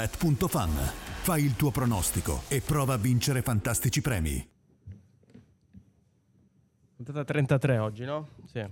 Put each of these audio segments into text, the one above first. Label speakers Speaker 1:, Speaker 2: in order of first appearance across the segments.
Speaker 1: DazonBet.fan. Fai il tuo pronostico e prova a vincere fantastici premi.
Speaker 2: Puntata 33 oggi, no? Sì.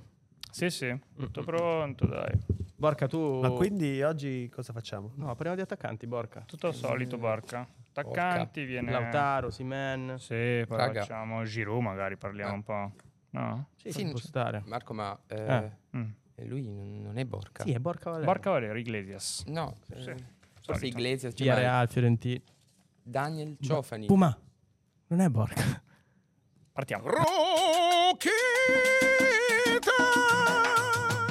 Speaker 3: Sì, sì, tutto pronto, dai.
Speaker 2: Borca, tu...
Speaker 4: Ma quindi oggi cosa facciamo?
Speaker 2: No, parliamo di attaccanti, Borca.
Speaker 3: Tutto al solito, Barca. Attaccanti, viene...
Speaker 2: Lautaro, Simen...
Speaker 3: Sì, poi
Speaker 5: Raga.
Speaker 3: facciamo Giroud magari, parliamo
Speaker 5: Eh.
Speaker 3: un po'. No?
Speaker 2: Sì, sì, può stare.
Speaker 5: Marco, ma
Speaker 3: Eh.
Speaker 6: Ah.
Speaker 5: eh,
Speaker 3: Mm.
Speaker 5: lui non non è Borca.
Speaker 2: Sì, è Borca Valero.
Speaker 3: Barca Valerio, Iglesias.
Speaker 5: No, eh,
Speaker 3: solito.
Speaker 5: forse Iglesias, cioè,
Speaker 2: Via Real, Fiorentina.
Speaker 5: Daniel Ciofani.
Speaker 2: Puma. Non è Borca.
Speaker 3: Partiamo.
Speaker 4: Rochita!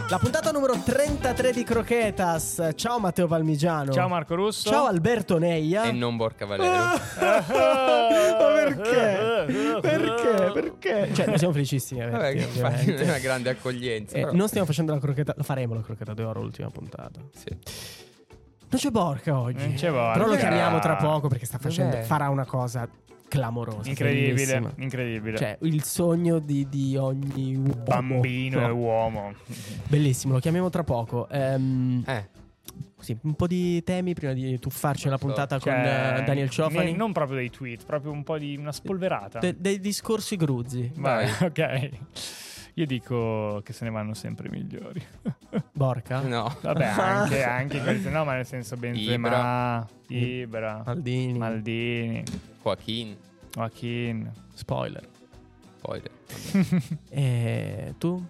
Speaker 6: La puntata numero 33 di Croquetas. Ciao Matteo Palmigiano.
Speaker 3: Ciao Marco Russo.
Speaker 6: Ciao Alberto Neia.
Speaker 5: E non Borca Valero.
Speaker 6: Ah! Ma perché? Perché? Perché? Cioè, noi siamo felicissimi. di
Speaker 5: Vabbè,
Speaker 6: averti,
Speaker 5: che fa
Speaker 6: ovviamente.
Speaker 5: una grande accoglienza.
Speaker 6: Eh,
Speaker 5: però-
Speaker 6: non stiamo facendo la croqueta, la faremo la croqueta d'oro, l'ultima puntata.
Speaker 5: sì.
Speaker 6: Non c'è Borca oggi.
Speaker 3: Non c'è Borca. Ah.
Speaker 6: Però lo chiamiamo tra poco perché sta
Speaker 5: Dov'è?
Speaker 6: facendo, farà una cosa clamorosa.
Speaker 3: Incredibile,
Speaker 6: bellissima.
Speaker 3: incredibile.
Speaker 6: Cioè, il sogno di, di ogni uomo.
Speaker 3: Bambino e
Speaker 6: boh, No,
Speaker 3: uomo.
Speaker 6: Bellissimo, lo chiamiamo tra poco. Ehm,
Speaker 5: Eh,
Speaker 6: Sì, un po' di temi prima di tuffarci la puntata con
Speaker 3: Cioè,
Speaker 6: eh, Daniel Ciofani.
Speaker 3: ne- Non proprio dei tweet, proprio un po' di una spolverata.
Speaker 6: De- dei discorsi gruzzi.
Speaker 3: Vai, ok. Io dico che se ne vanno sempre i migliori.
Speaker 6: Borca.
Speaker 5: no.
Speaker 3: Vabbè, anche, anche questi, no, ma nel senso Benzema, Ibra,
Speaker 6: Maldini.
Speaker 3: Maldini,
Speaker 5: Joaquin,
Speaker 3: Joaquin.
Speaker 6: Spoiler.
Speaker 5: poi...
Speaker 6: E tu,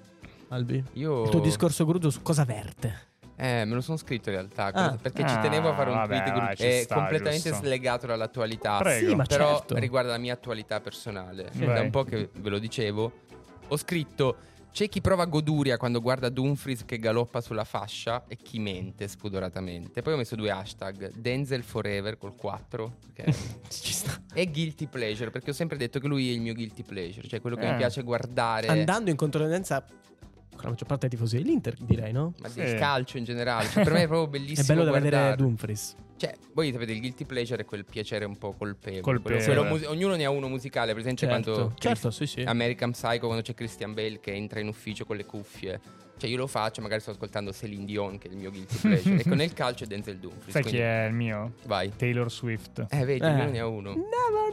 Speaker 6: Albi?
Speaker 5: Io...
Speaker 6: Il tuo discorso gruzzo su cosa verte?
Speaker 5: Eh, me lo sono scritto in realtà,
Speaker 6: Ah.
Speaker 5: perché ci
Speaker 3: Ah,
Speaker 5: tenevo a fare un
Speaker 3: vabbè,
Speaker 5: tweet
Speaker 3: vai,
Speaker 5: gru-
Speaker 3: ci
Speaker 5: è
Speaker 3: sta,
Speaker 5: completamente
Speaker 3: giusto.
Speaker 5: slegato dall'attualità.
Speaker 3: Prego.
Speaker 6: Sì, ma
Speaker 5: però
Speaker 6: certo.
Speaker 5: riguarda la mia attualità personale.
Speaker 3: Sì.
Speaker 5: Da
Speaker 3: Vai.
Speaker 5: un po' che ve lo dicevo, ho scritto c'è chi prova goduria quando guarda Dumfries che galoppa sulla fascia e chi mente spudoratamente. Poi ho messo due hashtag, Denzel Forever col 4 perché-
Speaker 6: Ci sta.
Speaker 5: e Guilty Pleasure, perché ho sempre detto che lui è il mio Guilty Pleasure, cioè quello che
Speaker 3: Eh.
Speaker 5: mi piace guardare.
Speaker 6: Andando in controtendenza con la maggior parte dei tifosi dell'Inter, direi, no?
Speaker 5: ma
Speaker 3: Sì.
Speaker 5: del calcio in generale, Cioè, per me è proprio bellissimo.
Speaker 6: È bello da vedere
Speaker 5: guardare.
Speaker 6: Dumfries.
Speaker 5: Cioè, voi sapete, il guilty pleasure è quel piacere un po' colpevole.
Speaker 3: Colpevole.
Speaker 5: Quello- quello musi- ognuno ne ha uno musicale, per esempio
Speaker 6: Certo,
Speaker 5: quando
Speaker 6: certo, sì, sì.
Speaker 5: American Psycho, quando c'è Christian Bale che entra in ufficio con le cuffie. Cioè, io lo faccio, magari sto ascoltando Celine Dion, che è il mio guilty pleasure. ecco, nel calcio è Denzel Dumfries.
Speaker 3: Sai
Speaker 5: quindi-
Speaker 3: chi è il mio?
Speaker 5: Vai.
Speaker 3: Taylor Swift.
Speaker 5: Eh, vedi,
Speaker 6: Eh.
Speaker 5: ognuno ne ha uno.
Speaker 6: Never,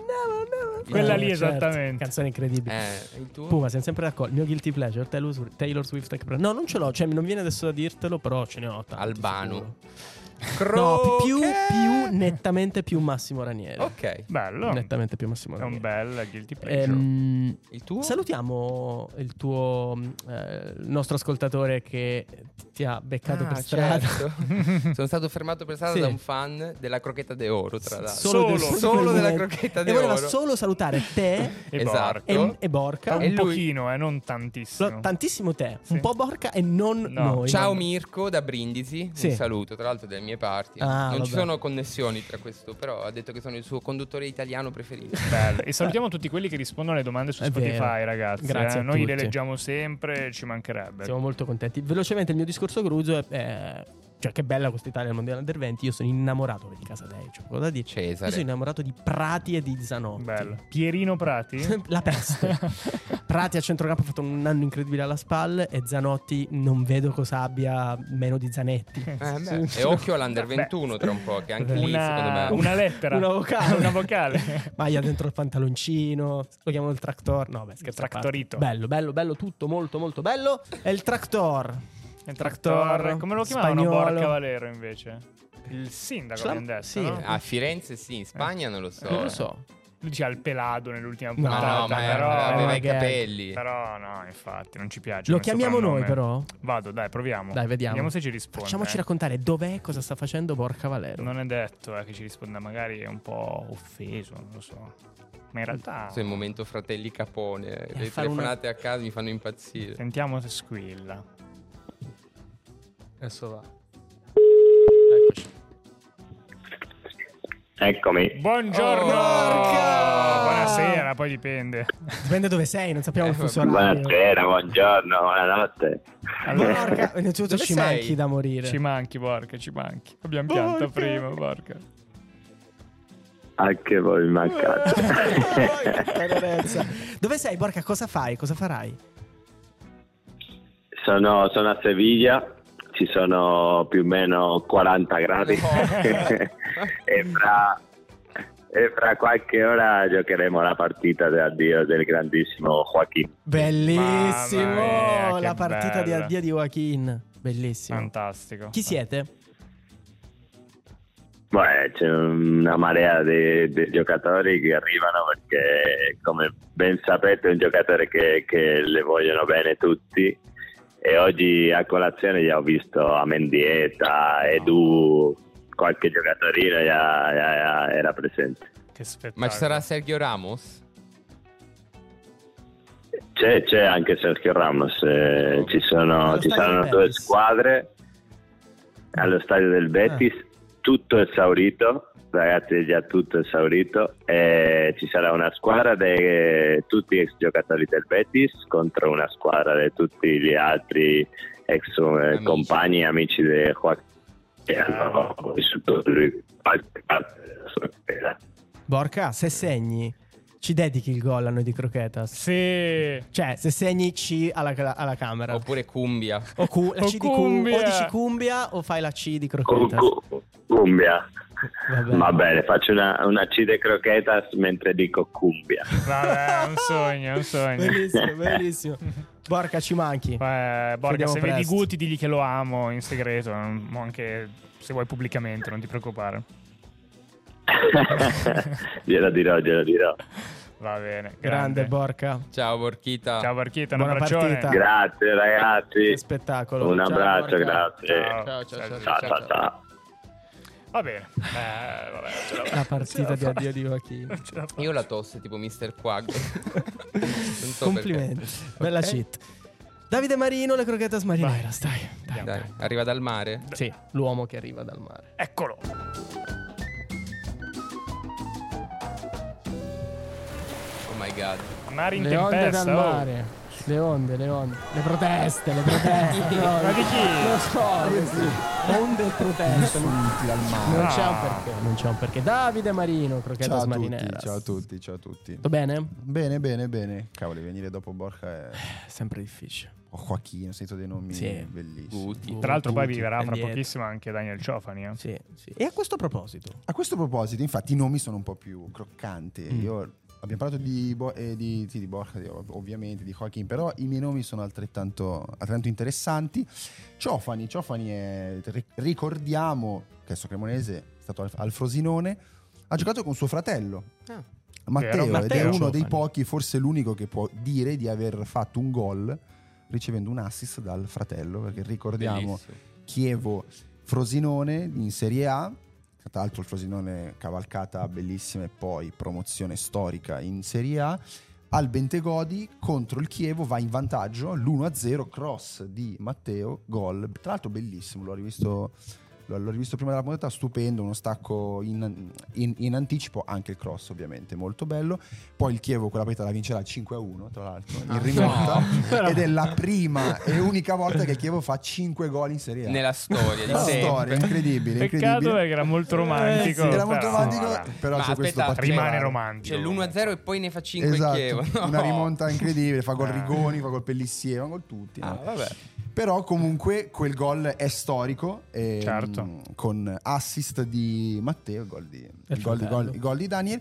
Speaker 6: never, never.
Speaker 3: Quella lì,
Speaker 6: certo.
Speaker 3: esattamente.
Speaker 6: Canzone incredibile.
Speaker 5: Eh, il tuo?
Speaker 6: Puma, siamo sempre d'accordo. Il mio guilty pleasure, Taylor, Swi- Taylor Swift. Tech Pro- No, non ce l'ho, cioè non viene adesso da dirtelo, però ce ne ho tanti.
Speaker 5: Albano.
Speaker 6: sicuro. No, più,
Speaker 5: Croquet!
Speaker 6: più, nettamente più Massimo Ranieri.
Speaker 5: Ok.
Speaker 3: Bello.
Speaker 6: Nettamente più Massimo
Speaker 3: È un
Speaker 6: Ranieri.
Speaker 3: bel guilty pleasure.
Speaker 6: Ehm,
Speaker 5: Il tuo?
Speaker 6: salutiamo il tuo eh, il nostro ascoltatore che ti ha beccato
Speaker 5: Ah,
Speaker 6: per strada.
Speaker 5: certo. Sono stato fermato per strada
Speaker 6: Sì.
Speaker 5: da un fan della crochetta de oro, tra l'altro.
Speaker 3: Solo-
Speaker 6: del-
Speaker 5: solo
Speaker 6: quel
Speaker 5: della
Speaker 6: momento.
Speaker 5: crocchetta
Speaker 6: E voleva
Speaker 5: d'oro.
Speaker 6: solo salutare te
Speaker 3: E
Speaker 5: esatto.
Speaker 6: e,
Speaker 3: Borca.
Speaker 6: e Borca.
Speaker 3: Un
Speaker 5: E lui-
Speaker 3: pochino, eh, non tantissimo.
Speaker 6: Lo- Tantissimo te,
Speaker 3: Sì.
Speaker 6: un po' Borca e non
Speaker 3: No.
Speaker 6: noi.
Speaker 5: Ciao Mirko da Brindisi,
Speaker 6: Sì.
Speaker 5: un saluto tra l'altro delle mie parti.
Speaker 6: Ah,
Speaker 5: non ci
Speaker 6: vabbè.
Speaker 5: sono connessioni tra questo, però ha detto che sono il suo conduttore italiano preferito.
Speaker 3: Bello. E salutiamo tutti quelli che rispondono alle domande su
Speaker 6: È
Speaker 3: Spotify,
Speaker 6: vero.
Speaker 3: ragazzi.
Speaker 6: Grazie
Speaker 3: eh.
Speaker 6: a
Speaker 3: Noi le
Speaker 6: tutti.
Speaker 3: leggiamo sempre, ci mancherebbe.
Speaker 6: Siamo molto contenti. Velocemente il mio discorso gruzzo è... è- cioè, che bella questa Italia al mondiale under 20. Io sono innamorato di casa dei, cioè, cosa da dirci? Io sono
Speaker 5: Cesare.
Speaker 6: innamorato di Prati e di Zanotti.
Speaker 3: Bello. Pierino Prati?
Speaker 6: La peste. Prati a centrocampo ha fatto un anno incredibile alla spalla e Zanotti non vedo cosa abbia meno di Zanetti.
Speaker 5: Eh, beh, E occhio all'Under
Speaker 3: Beh.
Speaker 5: 21 tra un po', che anche lì secondo
Speaker 3: una,
Speaker 5: me...
Speaker 3: una lettera.
Speaker 6: Una vocale.
Speaker 3: Una vocale.
Speaker 6: Maglia dentro il pantaloncino, lo chiamano il tractor. No, beh, scherzo. a parte.
Speaker 3: Tractorito.
Speaker 6: Bello, bello, bello, tutto molto, molto bello. È il tractor.
Speaker 3: Il tractor. Come lo chiamavano
Speaker 6: Spagnolo.
Speaker 3: Borca Valero invece? Il sindaco
Speaker 6: Slam-
Speaker 3: abbiamo detto,
Speaker 6: sì. ah,
Speaker 3: no?
Speaker 5: A Firenze sì, in Spagna non lo so.
Speaker 6: Non lo so.
Speaker 3: Lui diceva il pelado nell'ultima
Speaker 6: No,
Speaker 5: Ma
Speaker 3: puntata.
Speaker 5: no, ma
Speaker 3: però,
Speaker 5: era- aveva
Speaker 6: eh,
Speaker 5: i
Speaker 6: gag.
Speaker 5: capelli.
Speaker 3: però no, infatti, non ci piace.
Speaker 6: Lo
Speaker 3: come
Speaker 6: chiamiamo noi,
Speaker 3: soprannome.
Speaker 6: però?
Speaker 3: Vado, dai, proviamo.
Speaker 6: Dai, vediamo.
Speaker 3: Vediamo se ci risponde.
Speaker 6: Facciamoci
Speaker 3: eh.
Speaker 6: raccontare dov'è, cosa sta facendo Borca Valero.
Speaker 3: Non è detto eh, che ci risponda, magari è un po' offeso, non lo so. Ma in realtà
Speaker 5: Questo è il momento fratelli Capone.
Speaker 6: a
Speaker 5: Le
Speaker 6: fare una-
Speaker 5: telefonate a casa mi fanno
Speaker 3: Eh,
Speaker 5: impazzire.
Speaker 3: sentiamo se squilla.
Speaker 6: Adesso va.
Speaker 7: Eccomi.
Speaker 3: Buongiorno!
Speaker 6: Oh, porca!
Speaker 3: Buonasera, poi dipende.
Speaker 6: Dipende dove sei, non sappiamo il fuso orario.
Speaker 7: Buonasera, buongiorno, buonanotte.
Speaker 3: Allora,
Speaker 6: Porca, innanzitutto
Speaker 5: Dove
Speaker 6: ci
Speaker 5: sei?
Speaker 6: manchi da morire.
Speaker 3: ci manchi, porca, ci manchi. Abbiamo pianto
Speaker 6: Porca.
Speaker 3: prima, porca.
Speaker 7: Anche voi mi mancate.
Speaker 6: Che tenerezza. Dove sei, Borca? Cosa fai? Cosa farai?
Speaker 7: sono, sono a Seviglia, ci sono più o meno 40 gradi e, fra, e fra qualche ora giocheremo la partita di addio del grandissimo Joaquin.
Speaker 6: Bellissimo!
Speaker 3: Mamma mia, che
Speaker 6: la partita di
Speaker 3: bello.
Speaker 6: addio di Joaquin. Bellissimo.
Speaker 3: Fantastico.
Speaker 6: Chi siete?
Speaker 7: Beh, c'è una marea di, di giocatori che arrivano perché, come ben sapete, è un giocatore che, che le vogliono bene tutti. E oggi a colazione già ho visto Amendieta, Edu, qualche giocatorino già- già- già era presente.
Speaker 3: Che spettacolo.
Speaker 5: Ma ci sarà Sergio Ramos?
Speaker 7: C'è, c'è anche Sergio Ramos, eh, ci sono,
Speaker 6: Allo
Speaker 7: ci
Speaker 6: stadio
Speaker 7: saranno
Speaker 6: del
Speaker 7: due
Speaker 6: Betis.
Speaker 7: squadre allo stadio del Betis, tutto esaurito, ragazzi è già tutto esaurito, eh, ci sarà una squadra di tutti gli ex giocatori del Betis contro una squadra di tutti gli altri ex eh,
Speaker 5: Amici.
Speaker 7: compagni e amici di Joaquin che hanno
Speaker 3: Chiaro.
Speaker 7: vissuto lui qualche parte della sua carriera.
Speaker 6: Borca, se segni, ci dedichi il gol a noi di Croquetas.
Speaker 3: Sì.
Speaker 6: Cioè, se segni C alla, alla camera.
Speaker 5: Oppure Cumbia?
Speaker 6: O, cu- la
Speaker 3: O
Speaker 6: C di cu-
Speaker 3: cumbia.
Speaker 6: o dici cumbia o fai la C di
Speaker 7: Cu-
Speaker 6: Croquetas.
Speaker 7: cu- Cumbia.
Speaker 6: Vabbè.
Speaker 7: Va bene, faccio una, una C de croquetas mentre dico cumbia.
Speaker 3: Vabbè, è un sogno, è un sogno.
Speaker 6: Bellissimo, bellissimo. Borca, ci manchi.
Speaker 3: Eh, Borga,
Speaker 6: Chiudiamo
Speaker 3: se vedi
Speaker 6: presto.
Speaker 3: Guti, digli che lo amo in segreto, mm, anche se vuoi pubblicamente, non ti preoccupare.
Speaker 7: glielo dirò, glielo dirò.
Speaker 3: Va bene.
Speaker 6: Grande,
Speaker 3: Grande.
Speaker 6: Borca.
Speaker 5: Ciao Borchita.
Speaker 3: Ciao Barchita, un
Speaker 6: Buona
Speaker 3: abbraccione.
Speaker 6: partita.
Speaker 7: Grazie
Speaker 6: Che
Speaker 7: ragazzi.
Speaker 6: spettacolo.
Speaker 7: Un
Speaker 6: Ciao,
Speaker 7: abbraccio,
Speaker 6: Borca.
Speaker 7: grazie.
Speaker 5: Ciao, ciao, ciao,
Speaker 7: Ciao, ciao, ciao.
Speaker 3: Va bene. Eh, vabbè, non ce la-
Speaker 6: La partita
Speaker 3: non
Speaker 6: di
Speaker 3: ce la
Speaker 6: addio di
Speaker 3: fa-
Speaker 6: Joachim.
Speaker 3: non ce la fa.
Speaker 5: Io la tosse tipo Mr. Quag. Non so
Speaker 6: Complimenti.
Speaker 5: perché.
Speaker 6: Bella
Speaker 5: Ok?
Speaker 6: cheat. Davide Marino, le croquetas marineras. Dai, dai.
Speaker 5: Dai, arriva dal mare?
Speaker 6: Sì, l'uomo che arriva dal mare.
Speaker 3: Eccolo.
Speaker 5: Oh my god.
Speaker 3: Mare in tempesta. oh.
Speaker 6: Le onde, le onde. Le proteste, le proteste.
Speaker 3: Ma di chi?
Speaker 6: so, onde e proteste. Non c'è
Speaker 3: Ah.
Speaker 6: un perché, non c'è un perché. Davide Marino, croquetas
Speaker 8: Ciao a, tutti,
Speaker 6: marineras.
Speaker 8: ciao a tutti, ciao a tutti.
Speaker 6: Tutto bene?
Speaker 8: Bene, bene, bene. Cavoli, venire dopo Borca è...
Speaker 6: Sempre difficile.
Speaker 8: o Joaquino, sento dei nomi
Speaker 6: Sì.
Speaker 8: bellissimi.
Speaker 5: Guti.
Speaker 3: Tra l'altro poi vivrà fra
Speaker 6: Indietro.
Speaker 3: pochissimo anche Daniel Ciofani. eh.
Speaker 6: Sì, sì. E a questo proposito,
Speaker 8: A questo proposito, infatti, i nomi sono un po' più croccanti.
Speaker 3: Mm.
Speaker 8: Io abbiamo parlato di, Bo- eh, di, sì, di Borja, di- ovviamente, di Joaquin, però i miei nomi sono altrettanto, altrettanto interessanti. Ciofani, Ciofani è, ri- ricordiamo che adesso Cremonese è stato al, al Frosinone, ha giocato con suo fratello.
Speaker 5: Ah.
Speaker 8: Matteo,
Speaker 3: Vero,
Speaker 8: ed è
Speaker 3: Matteo
Speaker 8: uno
Speaker 3: Ciofani.
Speaker 8: dei pochi, forse l'unico che può dire di aver fatto un gol ricevendo un assist dal fratello, perché ricordiamo
Speaker 5: Bellissimo.
Speaker 8: Chievo Frosinone in Serie A. Tra l'altro il Frosinone cavalcata bellissima e poi promozione storica in Serie A. Al Bentegodi contro il Chievo va in vantaggio l'1-0 cross di Matteo, gol. Tra l'altro bellissimo, l'ho rivisto, l'ho- l'ho rivisto prima della puntata, stupendo, uno stacco in, in- in anticipo, anche il cross ovviamente, molto bello. Poi il Chievo quella partita la vincerà 5-1, tra l'altro, in rimonta. Ed è la prima e unica volta che il Chievo fa 5 gol in Serie A.
Speaker 5: Nella storia di
Speaker 8: La
Speaker 5: sempre.
Speaker 8: storia, incredibile,
Speaker 3: Peccato
Speaker 8: incredibile. Eh,
Speaker 3: perché era
Speaker 6: Eh,
Speaker 3: molto romantico.
Speaker 8: Era molto
Speaker 3: però,
Speaker 8: romantico,
Speaker 3: vabbè.
Speaker 8: però
Speaker 5: Ma
Speaker 8: c'è questo
Speaker 5: aspetta, Cioè,
Speaker 8: particolare.
Speaker 3: rimane romantico.
Speaker 5: C'è l'1-0 e poi ne fa 5
Speaker 8: Esatto,
Speaker 5: Chievo. No. Eh.
Speaker 8: una rimonta incredibile, fa col
Speaker 3: Ah.
Speaker 8: Rigoni, fa col Pellissier, fa col tutti.
Speaker 5: Ah,
Speaker 8: no?
Speaker 5: vabbè.
Speaker 8: Però comunque quel gol è storico, ehm,
Speaker 3: Certo.
Speaker 8: con assist di Matteo, gol di, il gol, di-
Speaker 6: fratello.
Speaker 8: gol- il gol di Daniel.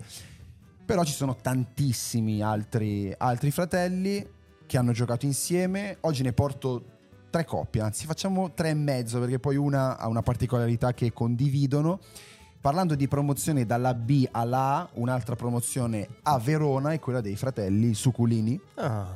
Speaker 8: Però ci sono tantissimi altri, altri fratelli che hanno giocato insieme. Oggi ne porto tre coppie, anzi facciamo tre e mezzo perché poi una ha una particolarità che condividono. Parlando di promozione dalla B alla A, un'altra promozione a Verona è quella dei fratelli Suculini.
Speaker 5: Ah,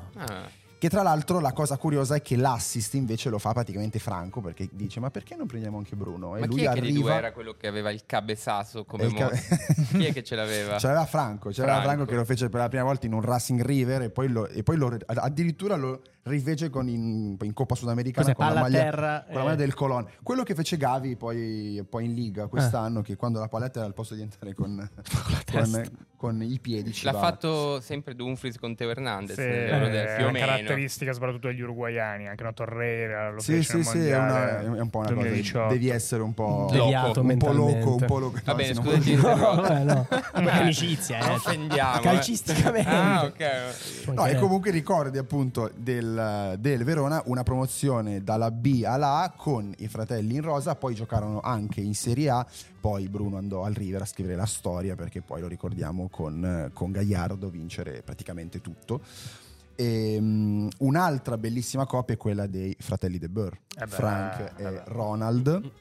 Speaker 8: Che tra l'altro la cosa curiosa è che l'assist invece lo fa praticamente Franco perché dice ma perché non prendiamo anche Bruno? E
Speaker 5: Ma
Speaker 8: lui
Speaker 5: chi è che dei due
Speaker 8: arriva...
Speaker 5: era quello che aveva il cabezaso come
Speaker 8: e il ca-
Speaker 5: moto? Chi è che ce l'aveva?
Speaker 8: Ce l'aveva Franco, ce l'aveva Franco che lo fece per la prima volta in un Racing River e poi, lo, e poi lo- addirittura lo rifece con in, in Coppa Sudamericana
Speaker 6: Cos'è,
Speaker 8: con la,
Speaker 6: palla a
Speaker 8: maglia,
Speaker 6: terra,
Speaker 8: con la maglia
Speaker 6: eh.
Speaker 8: del Colon. Quello che fece Gavi poi, poi in Liga quest'anno, che quando la palla a terra al posto di entrare con, con,
Speaker 6: testa.
Speaker 8: con, con i piedi ci
Speaker 5: L'ha
Speaker 8: va.
Speaker 5: fatto sempre Dumfries con Teo Hernandez.
Speaker 3: Sì, eh,
Speaker 5: nell'Eurodel,
Speaker 3: è
Speaker 5: più o
Speaker 3: una
Speaker 5: meno.
Speaker 3: caratteristica soprattutto degli uruguaiani, anche una Torreira lo
Speaker 8: Sì,
Speaker 3: fece
Speaker 8: sì,
Speaker 3: al
Speaker 8: sì, è, una-
Speaker 3: Mondiale
Speaker 8: è un po' una cosa.
Speaker 3: 2018.
Speaker 8: Devi essere un po'
Speaker 6: Deviato
Speaker 8: un po'
Speaker 6: mentalmente.
Speaker 8: loco, un po' loco.
Speaker 5: Va bene,
Speaker 8: no,
Speaker 5: scusa,
Speaker 8: sì,
Speaker 5: ti
Speaker 8: no.
Speaker 5: interrompo.
Speaker 6: No, no. Beh, amicizia, eh.
Speaker 5: Non offendiamo. eh.
Speaker 6: Calcisticamente.
Speaker 5: Ah, ok.
Speaker 6: Può
Speaker 8: No, e
Speaker 6: anche-
Speaker 8: comunque ricordi appunto del, del Verona una promozione dalla B alla A con i fratelli in rosa, poi giocarono anche in Serie A, poi Bruno andò al River a scrivere la storia perché poi lo ricordiamo con, eh, con Gagliardo vincere praticamente tutto. E, mm, un'altra bellissima coppia è quella dei fratelli De Boer,
Speaker 3: Eh beh,
Speaker 8: Frank
Speaker 3: eh
Speaker 8: e
Speaker 3: beh. Mm,
Speaker 8: Ronald,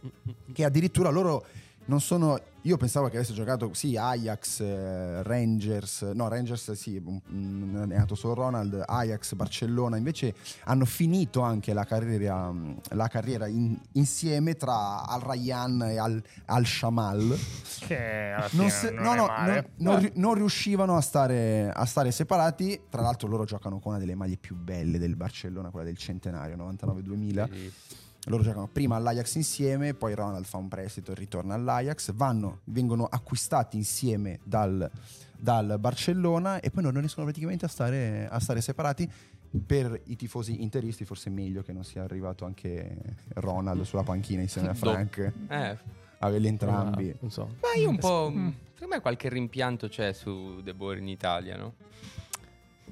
Speaker 8: che addirittura loro non sono. Io pensavo che avesse giocato sì Ajax, eh, Rangers, no Rangers sì, mm, è nato solo Ronald, Ajax, Barcellona, invece hanno finito anche la carriera, mm, la carriera in- insieme tra Al Rayyan e Al, al Shamal.
Speaker 3: Che alla fine
Speaker 8: Non
Speaker 3: non,
Speaker 8: se-
Speaker 3: è
Speaker 8: no, no,
Speaker 3: male.
Speaker 8: non- non ri- non riuscivano a stare, a stare separati. Tra l'altro, loro giocano con una delle maglie più belle del Barcellona, quella del centenario 99-2000. Loro giocano prima all'Ajax insieme, poi Ronald fa un prestito e ritorna all'Ajax. Vanno, vengono acquistati insieme dal, dal Barcellona e poi non riescono praticamente a stare, a stare separati. Per i tifosi interisti, forse è meglio che non sia arrivato anche Ronald sulla panchina insieme a
Speaker 5: Do-
Speaker 8: Frank,
Speaker 5: Eh,
Speaker 8: averli entrambi.
Speaker 6: Ah, Non so.
Speaker 5: ma io un po'.
Speaker 3: Mm.
Speaker 5: Secondo me qualche rimpianto c'è su De Boer in Italia, no?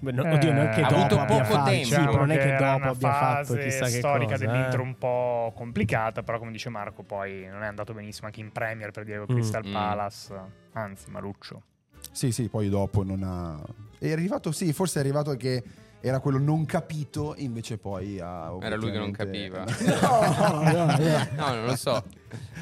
Speaker 6: Beh,
Speaker 3: Eh,
Speaker 6: no- oddio, non è che
Speaker 5: ha
Speaker 6: dopo
Speaker 5: avuto
Speaker 6: abbia
Speaker 5: poco
Speaker 6: fatto,
Speaker 5: tempo.
Speaker 6: sì, però non è che
Speaker 3: era
Speaker 6: dopo
Speaker 3: Diciamo una
Speaker 6: abbia fatto
Speaker 3: fase
Speaker 6: chissà che
Speaker 3: storica
Speaker 6: cosa.
Speaker 3: dell'Inter
Speaker 6: eh.
Speaker 3: un po' complicata, però come dice Marco poi non è andato benissimo anche in Premier per dire col
Speaker 6: Mm.
Speaker 3: Crystal
Speaker 5: Mm.
Speaker 3: Palace, anzi Maluccio.
Speaker 8: Sì, sì, poi dopo non ha. È arrivato, sì, forse è arrivato che era quello non capito, invece poi ha.
Speaker 5: Era lui che non capiva.
Speaker 8: ovviamente-
Speaker 6: No, no, no.
Speaker 5: No, non lo so.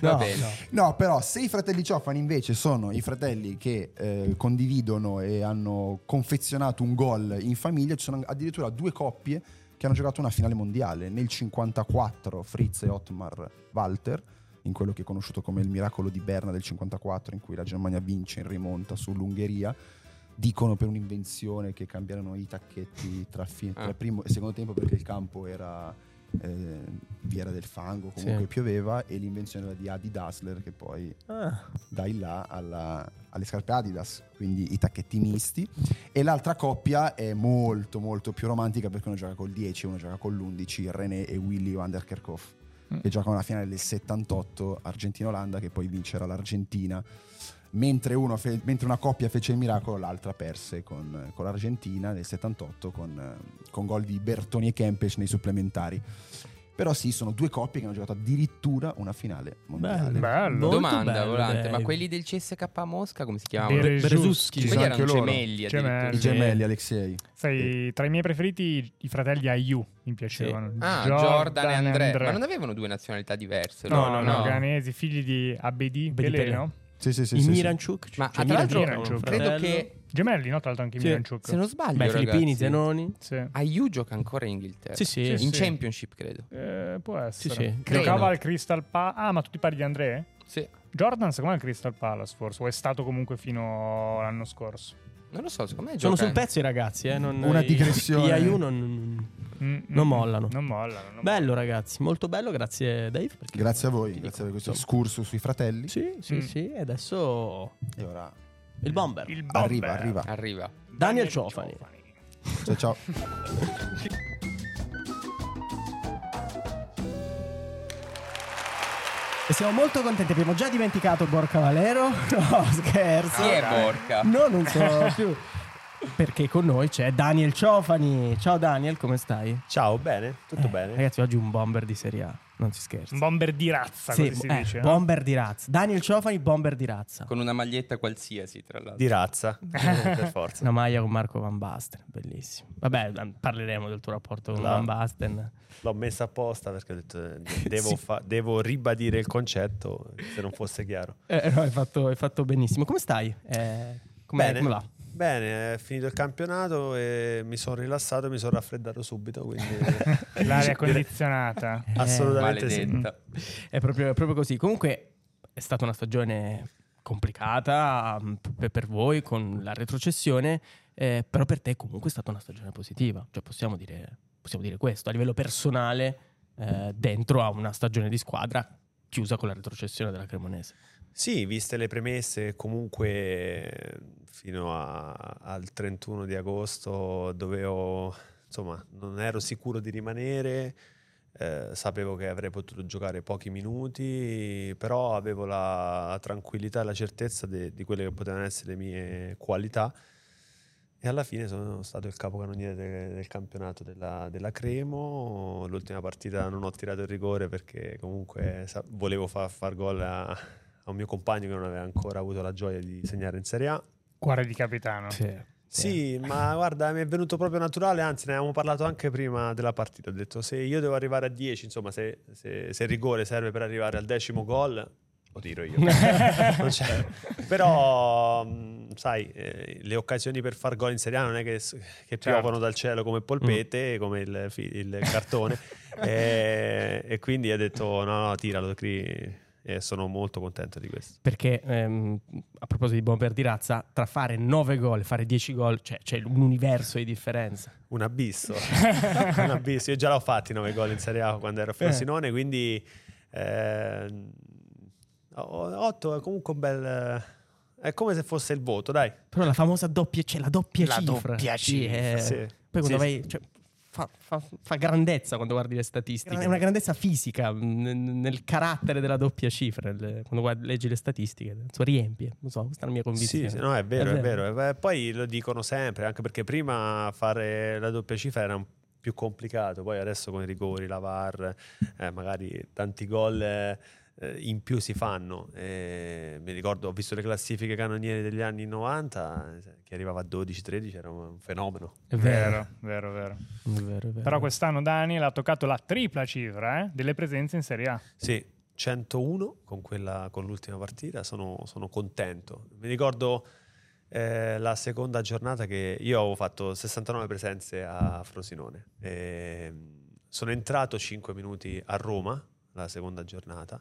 Speaker 5: Va
Speaker 6: No,
Speaker 5: bene.
Speaker 6: no.
Speaker 8: No, però se i fratelli Ciofani invece sono i fratelli che eh, condividono e hanno confezionato un gol in famiglia, ci sono addirittura due coppie che hanno giocato una finale mondiale. Nel 54 Fritz e Ottmar Walter, in quello che è conosciuto come il miracolo di Berna del 54, in cui la Germania vince in rimonta sull'Ungheria. Dicono per un'invenzione che cambiarono i tacchetti tra, fi- tra
Speaker 5: Ah.
Speaker 8: primo e secondo tempo perché il campo era eh, vi era del fango, comunque
Speaker 6: Sì.
Speaker 8: pioveva e l'invenzione era di Adi Dassler che poi
Speaker 6: Ah,
Speaker 8: dai là alla- alle scarpe Adidas, quindi i tacchetti misti. E l'altra coppia è molto molto più romantica perché uno gioca col 10, uno gioca con l'11, René e Willy van der Kerkhoff
Speaker 3: Mm.
Speaker 8: che giocano la finale del 78 Argentina-Olanda che poi vincerà l'Argentina. Mentre, uno fe- mentre una coppia fece il miracolo, l'altra perse con, con l'Argentina nel 78 con, eh, con gol di Bertoni e Kempes nei supplementari. Però sì, sono due coppie che hanno giocato addirittura una finale
Speaker 6: bello.
Speaker 8: mondiale.
Speaker 3: Bello.
Speaker 6: Molto
Speaker 5: Domanda
Speaker 6: bello,
Speaker 5: volante, ma
Speaker 6: Dave.
Speaker 5: quelli del CSK a Mosca come si chiamavano?
Speaker 3: Bere-
Speaker 6: Berezuski.
Speaker 3: Ci
Speaker 5: Quelli
Speaker 3: sono
Speaker 5: erano
Speaker 8: anche loro.
Speaker 5: gemelli
Speaker 3: Gemelli.
Speaker 5: addirittura.
Speaker 8: I gemelli Alexei.
Speaker 3: Sai, tra i miei preferiti i fratelli Ayu mi piacevano.
Speaker 5: Ah, Jordan, e Andrea. Ma non avevano due nazionalità diverse?
Speaker 3: No,
Speaker 5: loro,
Speaker 3: no, no, Ghanesi, figli di Abedi Peleno.
Speaker 8: Sì, sì, sì.
Speaker 6: I
Speaker 8: sì, sì.
Speaker 6: Miranchuk.
Speaker 5: Ma
Speaker 6: cioè
Speaker 5: ah, tra l'altro
Speaker 3: Miranchuk.
Speaker 5: credo
Speaker 2: Fratello.
Speaker 5: che,
Speaker 3: Gemelli, no? Tra l'altro anche
Speaker 6: Sì.
Speaker 3: Miranchuk.
Speaker 5: se non sbaglio,
Speaker 6: Beh, Filippini,
Speaker 5: ragazzi,
Speaker 6: Zenoni.
Speaker 3: Sì.
Speaker 5: Ayu gioca ancora in Inghilterra.
Speaker 6: Sì, sì.
Speaker 5: In
Speaker 3: Sì, sì.
Speaker 5: Championship, credo.
Speaker 3: Eh, può
Speaker 6: Sì,
Speaker 3: essere.
Speaker 6: sì.
Speaker 5: Credo.
Speaker 3: Giocava al Crystal Palace. Ah, ma tu ti parli di Andrea?
Speaker 5: Sì.
Speaker 3: Jordan, secondo me, al Crystal Palace, forse. O è stato comunque fino all'anno scorso.
Speaker 5: Non lo so, secondo me
Speaker 6: Sono
Speaker 5: gioca...
Speaker 6: sul pezzo i ragazzi, eh. Non,
Speaker 8: Una
Speaker 6: i-
Speaker 8: digressione.
Speaker 6: I IAU non...
Speaker 3: Mm,
Speaker 6: Non
Speaker 3: mm,
Speaker 6: mollano.
Speaker 3: Non mollano. non
Speaker 6: Bello, ragazzi. Molto bello. Grazie, Dave. perché-
Speaker 8: Grazie a voi,
Speaker 6: Ti dico,
Speaker 8: grazie per questo
Speaker 6: insomma.
Speaker 8: excursus sui fratelli.
Speaker 6: Sì, sì,
Speaker 3: Mm.
Speaker 6: sì. E adesso
Speaker 8: E ora
Speaker 6: il bomber.
Speaker 3: Il bomber.
Speaker 8: arriva, arriva.
Speaker 5: Arriva.
Speaker 6: Daniel Ciofani.
Speaker 8: Ciao, ciao.
Speaker 6: E siamo molto contenti. Abbiamo già dimenticato Borca Valero. No, scherzo.
Speaker 5: Chi è Borca?
Speaker 6: No, non so più. Perché con noi c'è Daniel Ciofani. Ciao Daniel, come stai?
Speaker 4: Ciao, bene? Tutto
Speaker 6: Eh,
Speaker 4: bene?
Speaker 6: Ragazzi, oggi un bomber di Serie A. Non si scherza.
Speaker 3: Un bomber di razza,
Speaker 6: Sì,
Speaker 3: così si
Speaker 6: eh,
Speaker 3: dice. no?
Speaker 6: bomber di razza. Daniel Ciofani, bomber di razza.
Speaker 5: Con una maglietta qualsiasi, tra l'altro.
Speaker 4: Di razza, Eh, per forza.
Speaker 6: Una maglia con Marco Van Basten, bellissimo. Vabbè, eh, parleremo del tuo rapporto con
Speaker 4: No.
Speaker 6: Van Basten.
Speaker 4: L'ho messa apposta perché ho detto eh, devo,
Speaker 6: Sì.
Speaker 4: fa- devo ribadire il concetto, se non fosse chiaro.
Speaker 6: Eh, no, hai fatto, hai fatto benissimo. Come stai? Eh, com'è-
Speaker 4: Bene.
Speaker 6: Come va?
Speaker 4: Bene, è finito il campionato e mi sono rilassato e mi sono raffreddato subito, quindi
Speaker 3: L'aria condizionata.
Speaker 6: Eh,
Speaker 4: assolutamente sì.
Speaker 5: Maledetta.
Speaker 6: È proprio, è proprio così. Comunque è stata una stagione complicata mm, per, per voi con la retrocessione, eh, però per te comunque è stata una stagione positiva. Cioè possiamo dire, possiamo dire questo, a livello personale, eh, dentro a una stagione di squadra chiusa con la retrocessione della Cremonese.
Speaker 4: Sì, viste le premesse, comunque eh, fino a- al 31 di agosto dovevo, insomma, non ero sicuro di rimanere, eh, sapevo che avrei potuto giocare pochi minuti, però avevo la tranquillità e la certezza de- di quelle che potevano essere le mie qualità. E alla fine sono stato il capocannoniere de- del campionato della, della Cremo. L'ultima partita non ho tirato il rigore perché comunque sa- volevo fa- far gol a, a un mio compagno che non aveva ancora avuto la gioia di segnare in Serie A.
Speaker 3: Cuore di capitano.
Speaker 4: Sì, ma guarda, mi è venuto proprio naturale, anzi ne avevamo parlato anche prima della partita. Ho detto se io devo arrivare a 10, insomma, se, se- se il rigore serve per arrivare al decimo gol, lo tiro io. Non c'è- Però, mh, sai, eh, le occasioni per far gol in Serie A non è che, s- che piovono dal cielo come polpette, come il, fi- il cartone. e, e quindi ha detto no, no, tiralo, Cri. E sono molto contento di questo.
Speaker 6: Perché ehm, a proposito di bomber di razza, tra fare 9 gol e fare 10 gol cioè, c'è un universo di differenza.
Speaker 4: Un abisso, un abisso. Io già l'ho fatti 9 gol in Serie A quando ero a Frosinone, quindi 8 è comunque un bel... È come se fosse il voto, dai.
Speaker 6: Però la famosa doppia, c'è la doppia
Speaker 3: La
Speaker 6: cifra.
Speaker 3: doppia
Speaker 6: Sì,
Speaker 3: cifra,
Speaker 6: eh.
Speaker 4: sì.
Speaker 6: Poi quando
Speaker 4: Sì,
Speaker 6: vai. cioè, fa, fa- fa grandezza quando guardi le statistiche. È una grandezza fisica mh, nel, nel carattere della doppia cifra. il- quando guardi- leggi le statistiche, insomma, riempie. Non so, questa è la mia convinzione.
Speaker 4: Sì, sì, no, è vero, è vero. Eh, Poi lo dicono sempre, anche perché prima fare la doppia cifra era un più complicato, poi adesso con i rigori, la VAR, eh, magari tanti gol eh, eh, in più si fanno. Eh, mi ricordo, ho visto le classifiche canoniere degli anni 90, eh, chi arrivava a 12-13 era un fenomeno.
Speaker 6: È vero.
Speaker 3: Vero, vero, vero.
Speaker 6: È vero, è vero.
Speaker 3: Però quest'anno Daniel ha toccato la tripla cifra eh, delle presenze in Serie A.
Speaker 4: Sì, 101 con, quella, con l'ultima partita, sono, sono contento. Mi ricordo eh, la seconda giornata che io avevo fatto 69 presenze a Frosinone. E, mh, sono entrato 5 minuti a Roma la seconda giornata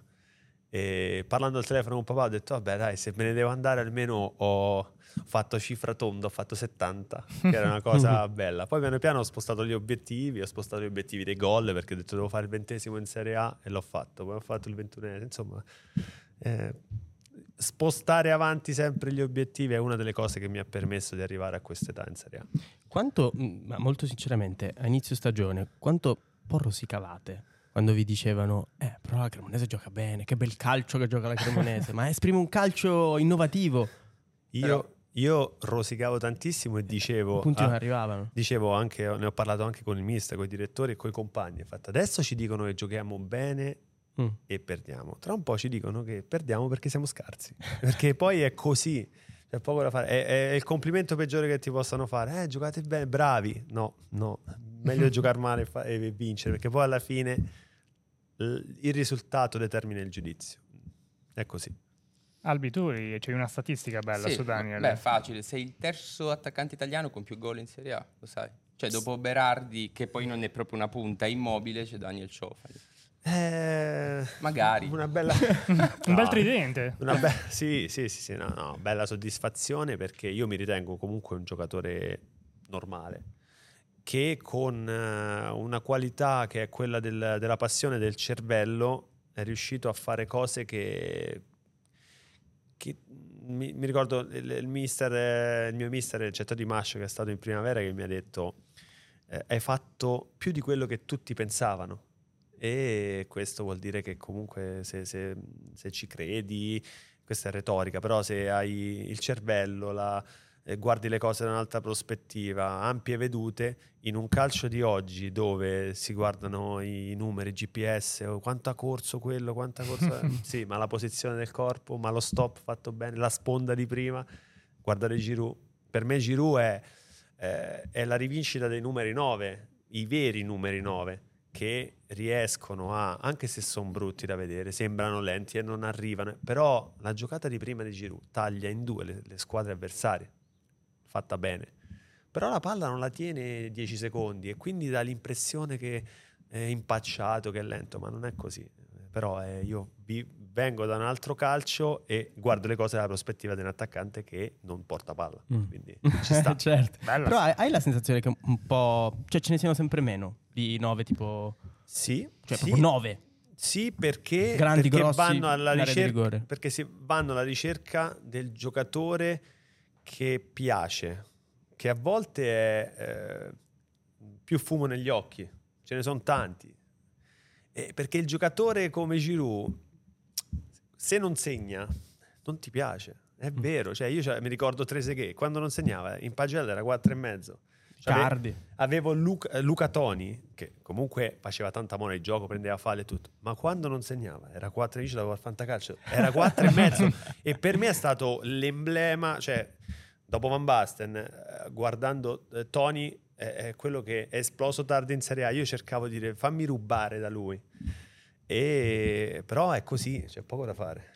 Speaker 4: e parlando al telefono con papà ho detto vabbè dai se me ne devo andare almeno ho fatto cifra tonda, ho fatto 70, che era una cosa bella. Poi piano piano ho spostato gli obiettivi, ho spostato gli obiettivi dei gol perché ho detto devo fare il ventesimo in Serie A e l'ho fatto, poi ho fatto il ventunesimo, insomma... eh, Spostare avanti sempre gli obiettivi è una delle cose che mi ha permesso di arrivare a quest'età in Serie A.
Speaker 6: Quanto, mh, ma molto sinceramente, a inizio stagione, quanto un po' rosicavate quando vi dicevano, eh, però la Cremonese gioca bene, che bel calcio che gioca la Cremonese, ma esprime un calcio innovativo.
Speaker 4: Io,
Speaker 6: Però- Eh,
Speaker 4: io rosicavo tantissimo e dicevo...
Speaker 6: Punti non
Speaker 4: "Ah,
Speaker 6: arrivavano.
Speaker 4: Dicevo anche, ne ho parlato anche con il mister, con i direttori e con i compagni. Infatti, adesso ci dicono che giochiamo bene
Speaker 6: Mm.
Speaker 4: e perdiamo. Tra un po' ci dicono che perdiamo perché siamo scarsi. perché poi è così. C'è poco da fare. È, è il complimento peggiore che ti possano fare. Eh, giocate bene, bravi. No, no. Meglio giocare male e fa- e, vincere, perché poi alla fine l- il risultato determina il giudizio. È così.
Speaker 3: Albi, tu c'è una statistica bella
Speaker 5: Sì,
Speaker 3: su Daniel.
Speaker 5: Beh, facile. Sei il terzo attaccante italiano con più gol in Serie A, lo sai. Cioè, dopo Berardi, che poi non è proprio una punta, immobile, c'è Daniel Ciofani.
Speaker 4: Eh,
Speaker 5: Magari.
Speaker 4: Una bella... Ah.
Speaker 3: Un bel
Speaker 4: No.
Speaker 3: tridente.
Speaker 4: Una be- sì, sì, sì, sì, no, no, bella soddisfazione perché io mi ritengo comunque un giocatore normale che con eh, una qualità che è quella del- della passione del cervello è riuscito a fare cose che, che mi, mi ricordo il, il mister, eh, il mio mister, il Cetto Di Mascio che è stato in primavera che mi ha detto eh, hai fatto più di quello che tutti pensavano e questo vuol dire che comunque se, se- se ci credi, questa è retorica, però se hai il cervello, la- eh, guardi le cose da un'altra prospettiva, ampie vedute, in un calcio di oggi dove si guardano i numeri, GPS, oh, quanto ha corso quello, quanto ha corso... sì, ma la posizione del corpo, ma lo stop fatto bene, la sponda di prima, guardare Giroud. Per me Giroud è, eh, è la rivincita dei numeri 9, i veri numeri 9 che riescono a, anche se sono brutti da vedere, sembrano lenti e non arrivano, però la giocata di prima di Giroud taglia in due le, le squadre avversarie, fatta bene. Però la palla non la tiene 10 secondi e quindi dà l'impressione che è impacciato, che è lento, ma non è così. Però eh, io vi- vengo da un altro calcio e guardo le cose dalla prospettiva di un attaccante che non porta palla,
Speaker 6: Mm.
Speaker 4: quindi ci sta.
Speaker 6: certo.
Speaker 3: Bella.
Speaker 6: Però hai, hai la sensazione che un po'... Cioè ce ne siano sempre meno di 9 tipo...
Speaker 4: Sì,
Speaker 6: Cioè
Speaker 4: sì.
Speaker 6: proprio 9.
Speaker 4: Sì, perché,
Speaker 6: Grandi,
Speaker 4: perché
Speaker 6: grossi,
Speaker 4: vanno alla
Speaker 6: in area di
Speaker 4: ricerca,
Speaker 6: rigore.
Speaker 4: perché si vanno alla ricerca del giocatore che piace, che a volte è eh, più fumo negli occhi, ce ne sono tanti. Eh, perché il giocatore come Giroud, se non segna, non ti piace. È
Speaker 6: Mm.
Speaker 4: vero, cioè io cioè, mi ricordo Trezeguet, quando non segnava, in pagella era 4 e mezzo. Cioè, ave-
Speaker 6: Cardi.
Speaker 4: Avevo Luca, eh, Luca Toni, che comunque faceva tanta mona il gioco, prendeva falle e tutto, ma quando non segnava, era 4 e io ce l'avevo al fantacalcio, era 4 e mezzo. E per me è stato l'emblema, cioè, dopo Van Basten, eh, guardando eh, Toni, è, è quello che è esploso tardi in Serie A, io cercavo di dire fammi rubare da lui. E, però è così, c'è poco da fare.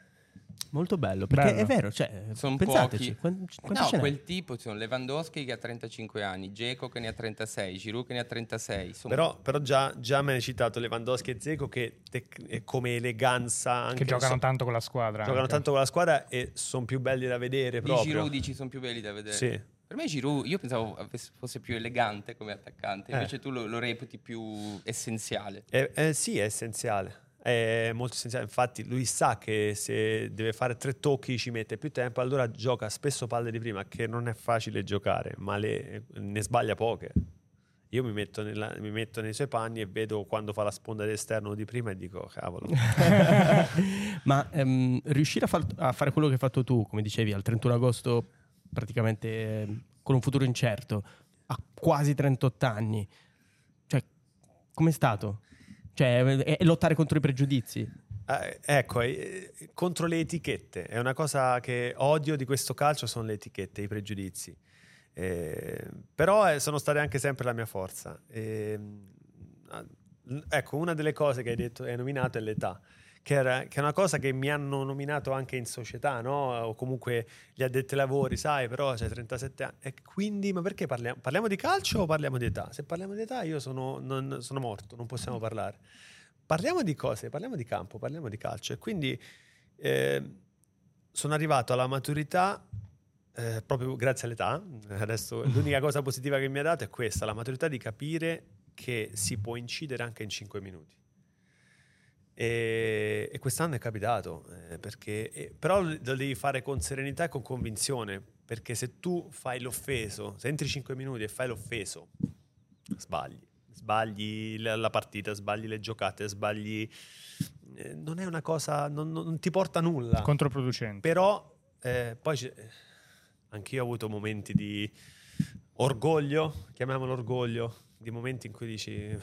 Speaker 6: Molto bello, perché
Speaker 3: Bello.
Speaker 6: è vero, cioè,
Speaker 5: Sono
Speaker 6: pensateci,
Speaker 5: pochi.
Speaker 6: quan- quanti
Speaker 5: No,
Speaker 6: ce n'è?
Speaker 5: quel tipo ci sono Lewandowski che ha 35 anni, Geco che ne ha 36, Giroud che ne ha 36. Insomma,
Speaker 4: Però, però già, già me ne hai citato Lewandowski e Zeco che tec- e come eleganza anche
Speaker 3: che giocano
Speaker 4: so-
Speaker 3: tanto con la squadra.
Speaker 4: giocano
Speaker 3: anche.
Speaker 4: tanto con la squadra e sono più belli da vedere
Speaker 5: di
Speaker 4: proprio.
Speaker 5: Giroud dici sono più belli da vedere.
Speaker 4: Sì.
Speaker 5: Per me Giroud, io pensavo avesse- fosse più elegante come attaccante,
Speaker 4: Eh.
Speaker 5: invece tu lo, lo reputi più essenziale.
Speaker 4: Eh, eh, sì, è essenziale. È molto essenziale. Infatti, lui sa che se deve fare tre tocchi ci mette più tempo, allora gioca spesso palle di prima, che non è facile giocare, ma le- ne sbaglia poche. Io mi metto, nella- mi metto nei suoi panni e vedo quando fa la sponda d'esterno di prima e dico: cavolo,
Speaker 6: Ma ehm, riuscire a, far- a fare quello che hai fatto tu, come dicevi, al 31 agosto, praticamente ehm, con un futuro incerto, a quasi 38 anni, cioè, com'è stato? Cioè, e- e lottare contro i pregiudizi.
Speaker 4: Eh, ecco, eh, contro le etichette. È una cosa che odio di questo calcio, sono le etichette, i pregiudizi. Eh, però eh, sono state anche sempre la mia forza. Ehm, ah, l- ecco, una delle cose che hai, detto, hai nominato è l'età. Che, era- che è una cosa che mi hanno nominato anche in società, no? o comunque gli addetti ai lavori, sai, però c'è 37 anni. E quindi, ma perché parliamo? Parliamo di calcio o parliamo di età? Se parliamo di età, io sono, non- sono morto, non possiamo parlare parliamo di cose, parliamo di campo, parliamo di calcio. E quindi eh, sono arrivato alla maturità eh, proprio grazie all'età. Adesso l'unica cosa positiva che mi ha dato è questa, la maturità di capire che si può incidere anche in 5 minuti. E, e quest'anno è capitato, eh, perché, e- però lo devi fare con serenità e con convinzione, perché se tu fai l'offeso, se entri 5 minuti e fai l'offeso, sbagli. Sbagli la la partita, sbagli le giocate, sbagli... eh, Non è una cosa, non, non- non ti porta a nulla.
Speaker 3: Controproducente.
Speaker 4: Però eh, poi c'è- anch'io ho avuto momenti di orgoglio, chiamiamolo orgoglio, di momenti in cui dici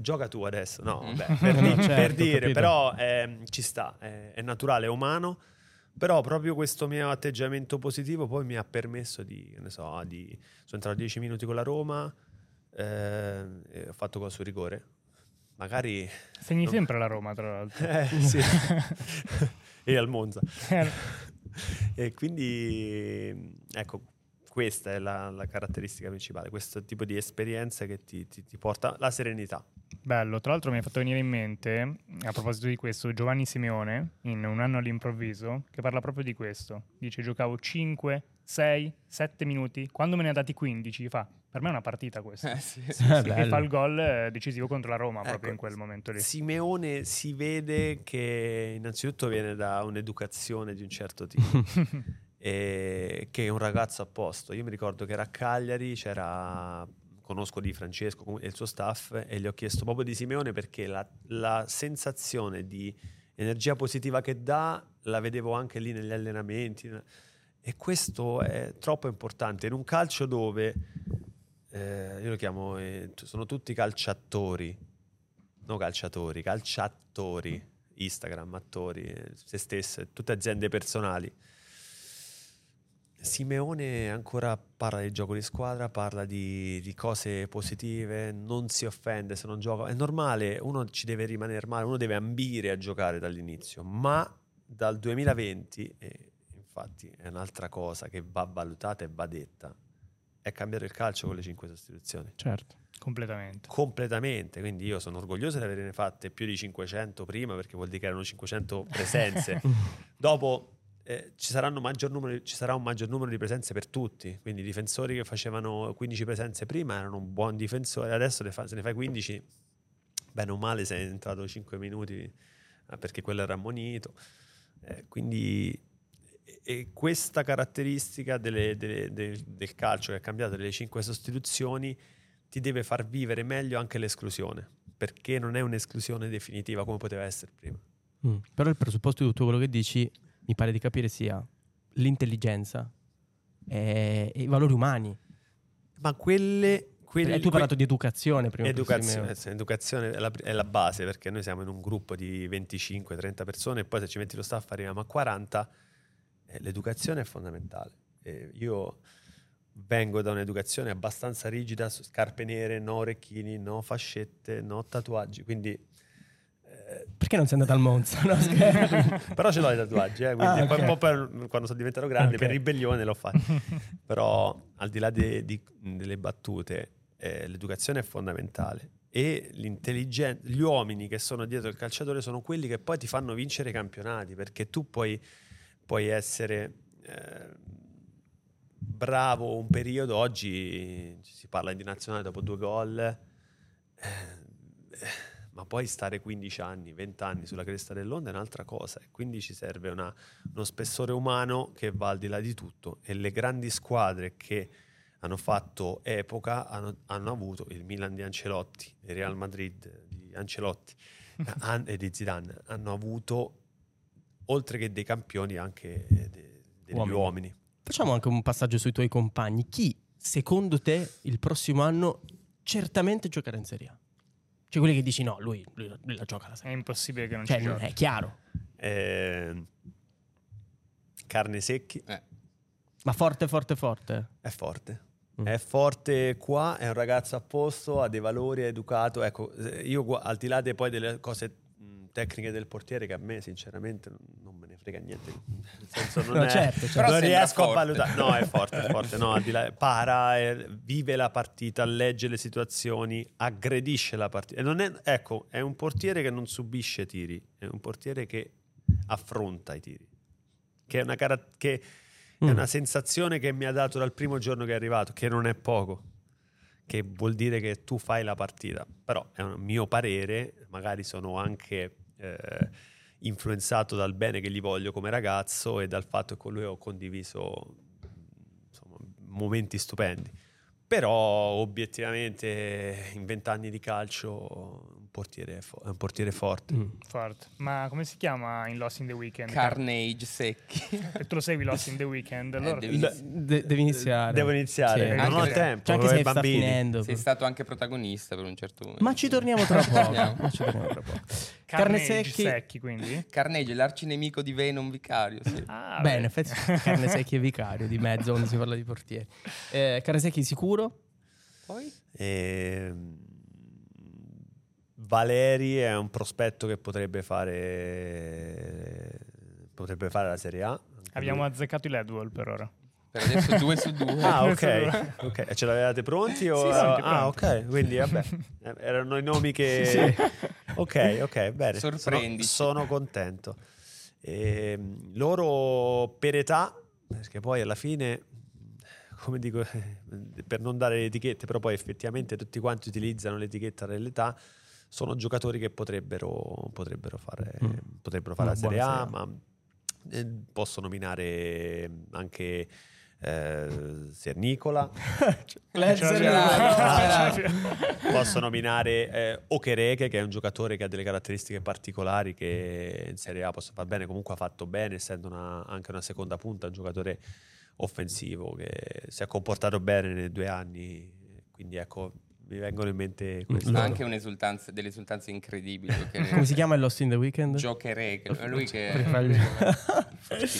Speaker 4: gioca tu adesso, no, vabbè, per, di-
Speaker 6: No, certo,
Speaker 4: per dire,
Speaker 6: capito.
Speaker 4: però ehm, ci sta, è, è naturale, è umano, però proprio questo mio atteggiamento positivo poi mi ha permesso di, che ne so, di sono entrato 10 minuti con la Roma, ehm, e ho fatto gol sul rigore, magari...
Speaker 3: Segni
Speaker 4: No.
Speaker 3: sempre la Roma, tra l'altro.
Speaker 4: Eh, sì. e al Monza.
Speaker 3: Eh.
Speaker 4: e quindi, ecco, questa è la, la caratteristica principale, questo tipo di esperienza che ti, ti- ti porta la serenità.
Speaker 3: Bello, tra l'altro mi hai fatto venire in mente, a proposito di questo, Giovanni Simeone, in Un anno all'improvviso, che parla proprio di questo. Dice, giocavo 5, 6, 7 minuti, quando me ne ha dati 15, fa, per me è una partita questa.
Speaker 5: Eh, sì.
Speaker 6: Eh,
Speaker 3: E fa il
Speaker 6: bello.
Speaker 3: gol eh, decisivo contro la Roma proprio
Speaker 4: Ecco,
Speaker 3: in quel momento lì.
Speaker 4: Simeone si vede che innanzitutto viene da un'educazione di un certo tipo. e eh, che è un ragazzo a posto. Io mi ricordo che era a Cagliari, c'era conosco di Francesco comu- e il suo staff e gli ho chiesto proprio di Simeone perché la, la sensazione di energia positiva che dà la vedevo anche lì negli allenamenti e questo è troppo importante in un calcio dove eh, io lo chiamo eh, t- sono tutti calciatori no calciatori calciatori Instagram attori eh, se stesse tutte aziende personali Simeone ancora parla di gioco di squadra, parla di, di cose positive, non si offende se non gioca. È normale, uno ci deve rimanere male, uno deve ambire a giocare dall'inizio, ma dal 2020, e infatti è un'altra cosa che va valutata e va detta, è cambiato il calcio con le cinque sostituzioni.
Speaker 6: Certo.
Speaker 3: Completamente.
Speaker 4: Completamente, quindi io sono orgoglioso di averne fatte più di 500 prima perché vuol dire che erano 500 presenze. Dopo eh, ci, saranno maggior numero- ci sarà un maggior numero di presenze per tutti, quindi i difensori che facevano 15 presenze prima erano un buon difensore, adesso ne fa- se ne fai 15 bene o male sei entrato 5 minuti eh, perché quello era ammonito. Eh, quindi e- e questa caratteristica delle- delle- del, del calcio che è cambiato delle 5 sostituzioni ti deve far vivere meglio anche l'esclusione, perché non è un'esclusione definitiva come poteva essere prima.
Speaker 6: Mm. Però il presupposto di tutto quello che dici mi pare di capire sia l'intelligenza e, e i valori umani.
Speaker 4: Ma quelle... quelle
Speaker 6: E Eh, tu hai parlato di educazione prima.
Speaker 4: Educazione, eh sì, educazione è, la, è la base perché noi siamo in un gruppo di 25-30 persone e poi se ci metti lo staff arriviamo a 40. Eh, L'educazione è fondamentale. Eh, io vengo da un'educazione abbastanza rigida, su scarpe nere, no orecchini, no fascette, no tatuaggi, quindi... eh,
Speaker 6: Perché non sei andato al Monza? No, scherzo.
Speaker 4: però ce l'ho i tatuaggi, eh, quindi
Speaker 6: Ah,
Speaker 4: poi
Speaker 6: ok.
Speaker 4: un po' per- quando sono diventato grande,
Speaker 6: Ok.
Speaker 4: per ribellione l'ho fatto. Però al di là de- di- delle battute, eh, l'educazione è fondamentale e l'intelligen- gli uomini che sono dietro il calciatore sono quelli che poi ti fanno vincere i campionati, perché tu puoi, puoi essere... eh, Bravo un periodo, oggi ci si parla di nazionale dopo due gol, eh, ma poi stare 15 anni, 20 anni sulla cresta dell'onda è un'altra cosa e quindi ci serve una- uno spessore umano che va al di là di tutto e le grandi squadre che hanno fatto epoca hanno, hanno avuto il Milan di Ancelotti, il Real Madrid di Ancelotti eh, han- e di Zidane, hanno avuto oltre che dei campioni anche eh, de- degli
Speaker 6: Uomini.
Speaker 4: uomini.
Speaker 6: Facciamo anche un passaggio sui tuoi compagni. Chi, secondo te, il prossimo anno certamente giocherà in Serie A? Cioè quelli che dici no, lui, lui la- lui la gioca la
Speaker 3: È
Speaker 6: Serie A.
Speaker 3: impossibile che non
Speaker 6: Cioè
Speaker 3: ci
Speaker 6: non
Speaker 3: giochi.
Speaker 6: è chiaro.
Speaker 4: Eh, carne secchi
Speaker 5: Eh,
Speaker 6: Ma forte, forte, forte.
Speaker 4: è forte.
Speaker 6: Mm.
Speaker 4: È forte qua, è un ragazzo a posto, ha dei valori, è educato. Ecco, eh, io gu- al di là dei- poi delle cose mh, tecniche del portiere che a me sinceramente non- non me ne frega niente. Nel senso, non
Speaker 6: No,
Speaker 4: è-
Speaker 6: certo, certo.
Speaker 5: Però
Speaker 4: non
Speaker 5: sembra
Speaker 4: riesco
Speaker 5: forte.
Speaker 4: a valutare. No, è forte, è forte. No, al di là, para, eh, vive la partita, legge le situazioni, aggredisce la partita. E non è- ecco, è un portiere che non subisce tiri, è un portiere che affronta i tiri. Che è una, cara- che è
Speaker 6: Mm.
Speaker 4: una sensazione che mi ha dato dal primo giorno che è arrivato, che non è poco. Che vuol dire che tu fai la partita. Però è un mio parere, magari sono anche... eh, influenzato dal bene che gli voglio come ragazzo e dal fatto che con lui ho condiviso insomma, momenti stupendi. Però obiettivamente in vent'anni di calcio un portiere, è fo- è un portiere forte.
Speaker 6: Mm.
Speaker 3: Forte. Ma come si chiama in Lost in the Weekend?
Speaker 5: Carnage secchi.
Speaker 3: Perché tu lo segui Lost in the Weekend? Allora
Speaker 5: devi-
Speaker 4: Il-
Speaker 6: De- Eh, devi iniziare.
Speaker 4: Devo iniziare,
Speaker 6: Sì.
Speaker 4: non ho
Speaker 5: Anche se-
Speaker 4: tempo.
Speaker 6: Cioè, anche
Speaker 4: ho i
Speaker 6: se sta
Speaker 4: bambini.
Speaker 6: finendo.
Speaker 5: Sei stato anche protagonista per un certo momento.
Speaker 6: Ma ci torniamo tra poco.
Speaker 5: Torniamo.
Speaker 6: Ma ci torniamo tra poco. Carne
Speaker 3: Carne
Speaker 6: secchi.
Speaker 3: secchi. secchi, quindi?
Speaker 5: Carnage, l'arcinemico di Venom Vicario. Sì.
Speaker 3: Ah,
Speaker 6: Bene,
Speaker 3: beh.
Speaker 6: effetti carne secchi e vicario di mezzo quando si parla di portieri. Eh, carne secchi sicuro?
Speaker 5: Poi?
Speaker 4: Ehm, Valeri è un prospetto che potrebbe fare, potrebbe fare la Serie A. Anche
Speaker 3: Abbiamo
Speaker 4: lui.
Speaker 3: azzeccato i Ledwall per ora.
Speaker 5: Per adesso due su due.
Speaker 4: Ah,
Speaker 3: Questo
Speaker 4: ok. ok. Ce l'avevate pronti? O...
Speaker 3: Sì, sì,
Speaker 4: ah,
Speaker 3: pronti.
Speaker 4: ok. Quindi, vabbè, eh, erano i nomi che. Ok, ok, bene. Sono-
Speaker 5: Sorprendici.
Speaker 4: Sono, contento. Ehm, loro per età, perché poi alla fine, come dico, per non dare le etichette, però poi effettivamente tutti quanti utilizzano l'etichetta dell'età. Sono giocatori che potrebbero, potrebbero fare,
Speaker 6: Mm.
Speaker 4: potrebbero fare la
Speaker 6: Una
Speaker 4: Serie
Speaker 6: buona
Speaker 4: A,
Speaker 6: Serie
Speaker 4: ma eh, posso nominare anche eh, Sernicola, posso nominare eh, Okereke che è un giocatore che ha delle caratteristiche particolari che in Serie A possa far bene, comunque ha fatto bene essendo una- anche una seconda punta, un giocatore offensivo che si è comportato bene nei due anni, quindi ecco mi vengono in mente questo.
Speaker 5: Ha anche un'esultanza, delle esultanze incredibili. Joker-
Speaker 6: Come si chiama il Lost in the Weekend?
Speaker 5: Joker Egg, lui
Speaker 6: Perché fa il-
Speaker 5: che...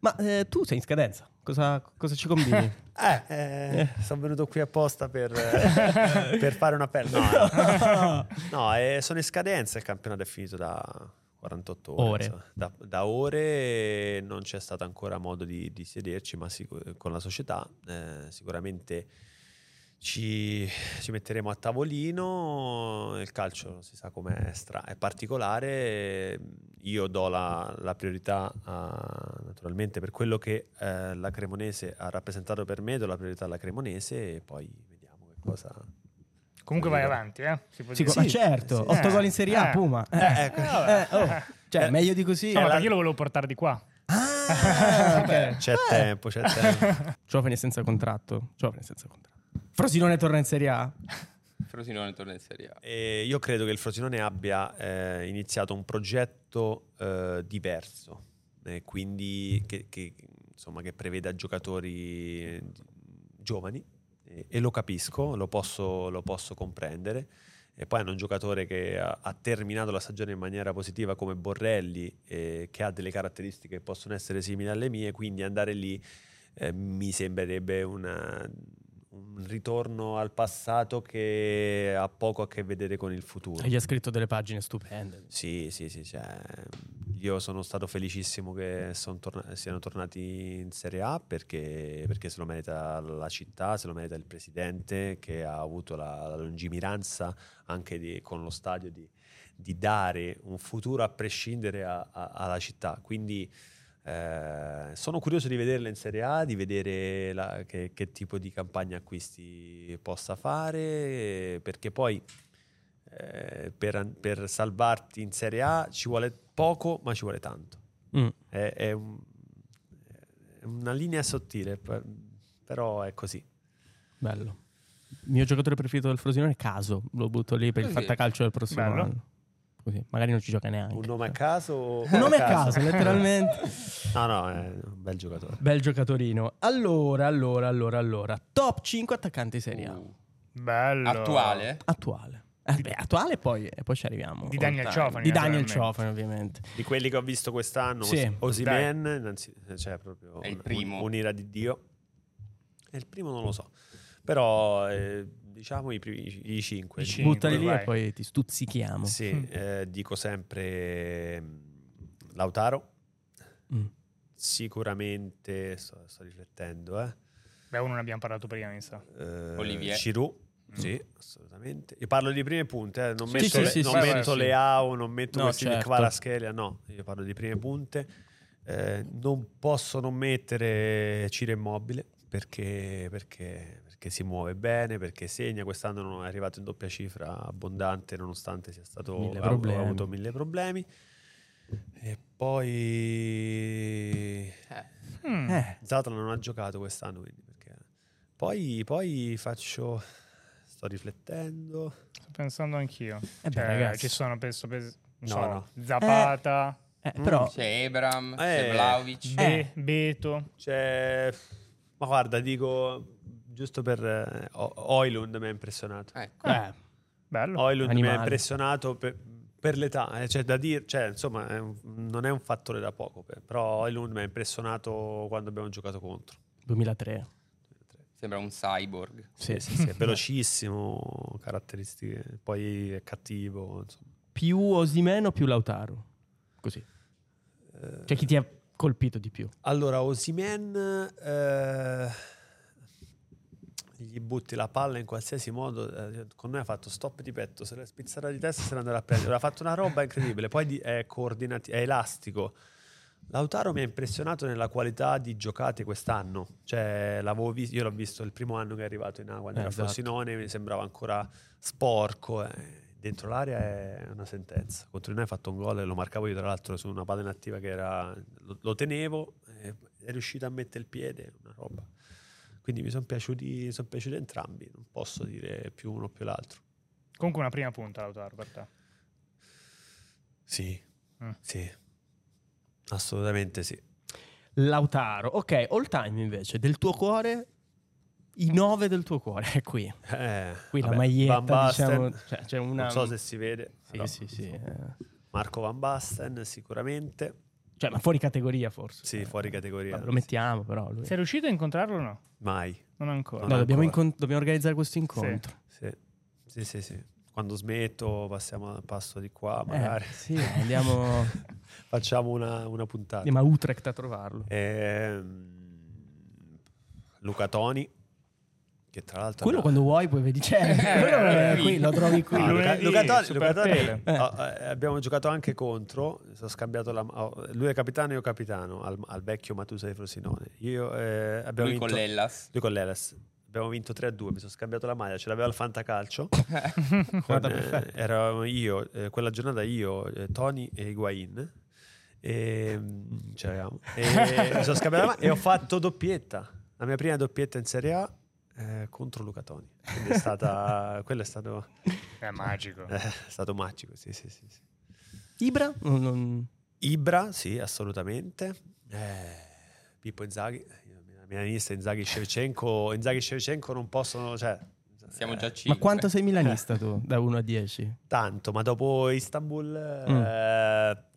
Speaker 6: Ma eh, tu sei in scadenza, cosa, cosa ci combini?
Speaker 4: Eh, eh, sono venuto qui apposta per, eh, per fare un appello. No, no, eh, sono in scadenza. Il campionato è finito da 48 ore.
Speaker 6: Ore.
Speaker 4: insomma. Da, da ore non c'è stato ancora modo di, di sederci, ma sicu- con la società eh, sicuramente ci, ci metteremo a tavolino. Il calcio si sa com'è stra- è particolare. Io do la, la priorità a- naturalmente per quello che eh, la Cremonese ha rappresentato per me, do la priorità alla Cremonese e poi vediamo che cosa,
Speaker 3: Comunque vai avanti, eh? Si può
Speaker 6: Sì,
Speaker 3: dire.
Speaker 6: ma certo,
Speaker 3: sì.
Speaker 6: 8
Speaker 3: Eh,
Speaker 6: gol in Serie A,
Speaker 3: eh,
Speaker 6: Puma. Eh,
Speaker 3: eh, ecco.
Speaker 6: eh, oh, Cioè,
Speaker 4: Eh,
Speaker 6: meglio di così.
Speaker 3: No, ma perché io lo volevo portare di qua.
Speaker 6: Ah, ok.
Speaker 4: C'è tempo, c'è tempo.
Speaker 6: Giovane senza contratto. Giovane senza contratto. Frosinone torna in Serie A.
Speaker 5: Frosinone torna in Serie A.
Speaker 4: E io credo che il Frosinone abbia eh, iniziato un progetto eh, diverso, eh, quindi che, che, insomma, che preveda giocatori eh, giovani e, e lo capisco, lo posso, lo posso comprendere. E poi hanno un giocatore che ha, ha terminato la stagione in maniera positiva come Borrelli, eh, che ha delle caratteristiche che possono essere simili alle mie, quindi andare lì eh, mi sembrerebbe una- un ritorno al passato che ha poco a che vedere con il futuro.
Speaker 6: E gli ha scritto delle pagine stupende.
Speaker 4: Sì, sì, sì. cioè, io sono stato felicissimo che son torna- siano tornati in Serie A perché, perché se lo merita la città, se lo merita il presidente che ha avuto la, la lungimiranza anche di- con lo stadio di, di dare un futuro a prescindere a- a- alla città. Quindi eh, sono curioso di vederla in Serie A, di vedere la- che, che tipo di campagna acquisti possa fare, perché poi eh, per, per salvarti in Serie A ci vuole poco, ma ci vuole tanto.
Speaker 6: Mm.
Speaker 4: È, è un- è una linea sottile, per- però è così.
Speaker 6: Bello. Il mio giocatore preferito del Frosinone è Caso. Lo butto lì per il
Speaker 5: Così.
Speaker 6: fantacalcio del prossimo
Speaker 3: Bello.
Speaker 6: anno. Così. Magari non ci gioca neanche.
Speaker 4: Un nome a caso? o-
Speaker 6: Un nome a caso, letteralmente.
Speaker 4: no, no, è un bel giocatore.
Speaker 6: Bel giocatorino. Allora, allora, allora, allora. Top 5 attaccanti Serie A.
Speaker 5: Uh,
Speaker 3: Bello.
Speaker 5: Attuale?
Speaker 6: Attuale. Eh, beh, attuale e poi, e poi ci arriviamo.
Speaker 3: Di Daniel
Speaker 6: Oltre-
Speaker 3: Ciofani,
Speaker 6: Di Daniel
Speaker 3: naturalmente.
Speaker 6: Ciofani, ovviamente.
Speaker 4: Di quelli che ho visto quest'anno,
Speaker 6: Sì.
Speaker 4: Os- Osimhen, innanzi- cioè proprio
Speaker 5: È il
Speaker 4: un-
Speaker 5: primo.
Speaker 4: un'ira di Dio. E il primo non lo so, però eh, diciamo i, primi- i cinque.
Speaker 3: I cinque.
Speaker 6: Buttali lì
Speaker 3: vai. Mm.
Speaker 6: e poi ti stuzzichiamo.
Speaker 4: Sì, eh, dico sempre mm, Lautaro.
Speaker 6: Mm.
Speaker 4: Sicuramente sto, sto riflettendo, eh.
Speaker 3: Beh, uno ne abbiamo parlato prima, mi sa.
Speaker 4: Eh,
Speaker 5: Olivier.
Speaker 4: Giroud. Sì, assolutamente. Io parlo di prime punte, eh, non metto,
Speaker 6: sì,
Speaker 4: le,
Speaker 6: sì,
Speaker 4: non
Speaker 6: sì,
Speaker 4: metto
Speaker 3: sì.
Speaker 4: Leao, non metto
Speaker 6: No,
Speaker 4: questi
Speaker 6: certo.
Speaker 4: Kvaratskhelia, no, io parlo di prime punte. Eh, non posso non mettere Ciro Immobile perché, perché- perché si muove bene, perché segna. Quest'anno non è arrivato in doppia cifra abbondante nonostante sia stato
Speaker 6: Mille
Speaker 4: ha-
Speaker 6: problemi.
Speaker 4: ha avuto mille problemi. E poi
Speaker 3: Mm.
Speaker 6: Eh,
Speaker 4: Zlatan non ha giocato quest'anno, quindi perché... poi, poi faccio. Sto riflettendo.
Speaker 3: Sto pensando anch'io.
Speaker 6: Eh beh,
Speaker 3: Cioè,
Speaker 6: ragazzi.
Speaker 3: ci sono, penso, penso non
Speaker 4: No,
Speaker 3: so,
Speaker 4: no.
Speaker 3: Zapata,
Speaker 6: eh, però
Speaker 5: C'è Ebram, c'è
Speaker 4: Eh.
Speaker 5: Vlaovic.
Speaker 3: Be- Beto.
Speaker 4: Cioè, ma guarda, dico giusto per eh, O- Oilund mi ha impressionato.
Speaker 5: Ecco.
Speaker 6: eh,
Speaker 3: Bello.
Speaker 4: Oilund mi ha
Speaker 6: Animale.
Speaker 4: impressionato per, per l'età, eh, cioè da dire, cioè, insomma, è un- non è un fattore da poco, per- però Oilund mi ha impressionato quando abbiamo giocato contro.
Speaker 6: 2003.
Speaker 5: Sembra un cyborg.
Speaker 6: Sì.
Speaker 4: Sì, sì, è velocissimo, caratteristiche, poi è cattivo, insomma.
Speaker 6: Più Osimen o più Lautaro? Così.
Speaker 4: Eh,
Speaker 6: Cioè chi ti ha colpito di più?
Speaker 4: Allora, Osimen eh, gli butti la palla in qualsiasi modo. eh, con noi ha fatto stop di petto, se l'è spizzata di testa e se l'è andata a prendere. Ha fatto una roba incredibile. Poi di- è coordinati- è elastico. Lautaro mi ha impressionato nella qualità di giocate quest'anno. Cioè, l'avevo vis- io l'ho visto il primo anno che è arrivato in A quando
Speaker 6: Eh,
Speaker 4: era
Speaker 6: esatto.
Speaker 4: Frosinone, mi sembrava ancora sporco. eh. Dentro l'area è una sentenza. Contro di noi ha fatto un gol e lo marcavo io, tra l'altro, su una palla inattiva che era. Lo, lo tenevo, e è riuscito a mettere il piede, una roba. Quindi mi sono piaciuti, son piaciuti entrambi, non posso dire più uno o più l'altro.
Speaker 3: Comunque una prima punta, Lautaro, per te.
Speaker 4: Sì,
Speaker 3: Mm.
Speaker 4: sì, assolutamente sì.
Speaker 6: Lautaro. Ok, all time invece, del tuo cuore, i 9 del tuo cuore, è qui.
Speaker 4: Eh,
Speaker 6: Qui la
Speaker 4: vabbè,
Speaker 6: maglietta,
Speaker 4: Van Basten,
Speaker 6: diciamo, cioè, c'è una...
Speaker 4: Non so se si vede.
Speaker 6: Sì,
Speaker 4: però
Speaker 6: sì, sì. eh.
Speaker 4: Marco Van Basten sicuramente.
Speaker 6: Cioè, ma fuori categoria forse.
Speaker 4: Sì,
Speaker 6: Eh,
Speaker 4: fuori categoria.
Speaker 6: vabbè, lo mettiamo però. lui.
Speaker 3: Sei riuscito a incontrarlo o no?
Speaker 4: Mai.
Speaker 3: Non ancora.
Speaker 6: No, dobbiamo,
Speaker 4: ancora.
Speaker 6: incont- dobbiamo organizzare questo incontro.
Speaker 4: Sì. sì, sì, sì. Quando smetto passiamo al passo di qua, magari.
Speaker 6: Eh, sì, andiamo
Speaker 4: Facciamo una, una puntata.
Speaker 6: andiamo a Utrecht a trovarlo.
Speaker 4: Ehm, Luca Toni, che tra l'altro...
Speaker 6: Quello quando vuoi poi vedi c'è. Quello è qui, lo trovi qui.
Speaker 4: Ah, Luca,
Speaker 3: Lunedì,
Speaker 4: Luca Toni,
Speaker 3: Super
Speaker 4: Luca Toni,
Speaker 3: Tele.
Speaker 4: eh, eh, abbiamo giocato anche contro. Sono scambiato la- oh, lui è capitano e io capitano al, al vecchio Matusa di Frosinone. Io, eh, abbiamo
Speaker 5: Lui
Speaker 4: vinto-
Speaker 5: con l'Ellas.
Speaker 4: Lui con l'Elas. Abbiamo vinto 3 a 2. Mi sono scambiato la maglia, ce l'aveva al Fantacalcio. Con,
Speaker 6: Guarda,
Speaker 4: eh,
Speaker 6: perfetto.
Speaker 4: eravamo io, eh, quella giornata io, eh, Tony e Higuain. E, mm, ce l'avevamo. E, mi sono scambiato la maglia e ho fatto doppietta. La mia prima doppietta in Serie A eh, contro Luca Toni. Quindi è stata, quello è stato,
Speaker 3: È magico.
Speaker 4: eh, è stato magico. Sì, sì, sì, sì.
Speaker 2: Ibra? Non- non-
Speaker 4: Ibra, sì, assolutamente. Eh, Pippo Inzaghi, io- milanista Inzaghi Shevchenko, Inzaghi Shevchenko non possono, cioè,
Speaker 5: Siamo
Speaker 4: eh,
Speaker 5: già 5.
Speaker 2: Ma quanto sei milanista tu? Da 1 a 10?
Speaker 4: tanto, ma dopo Istanbul eh,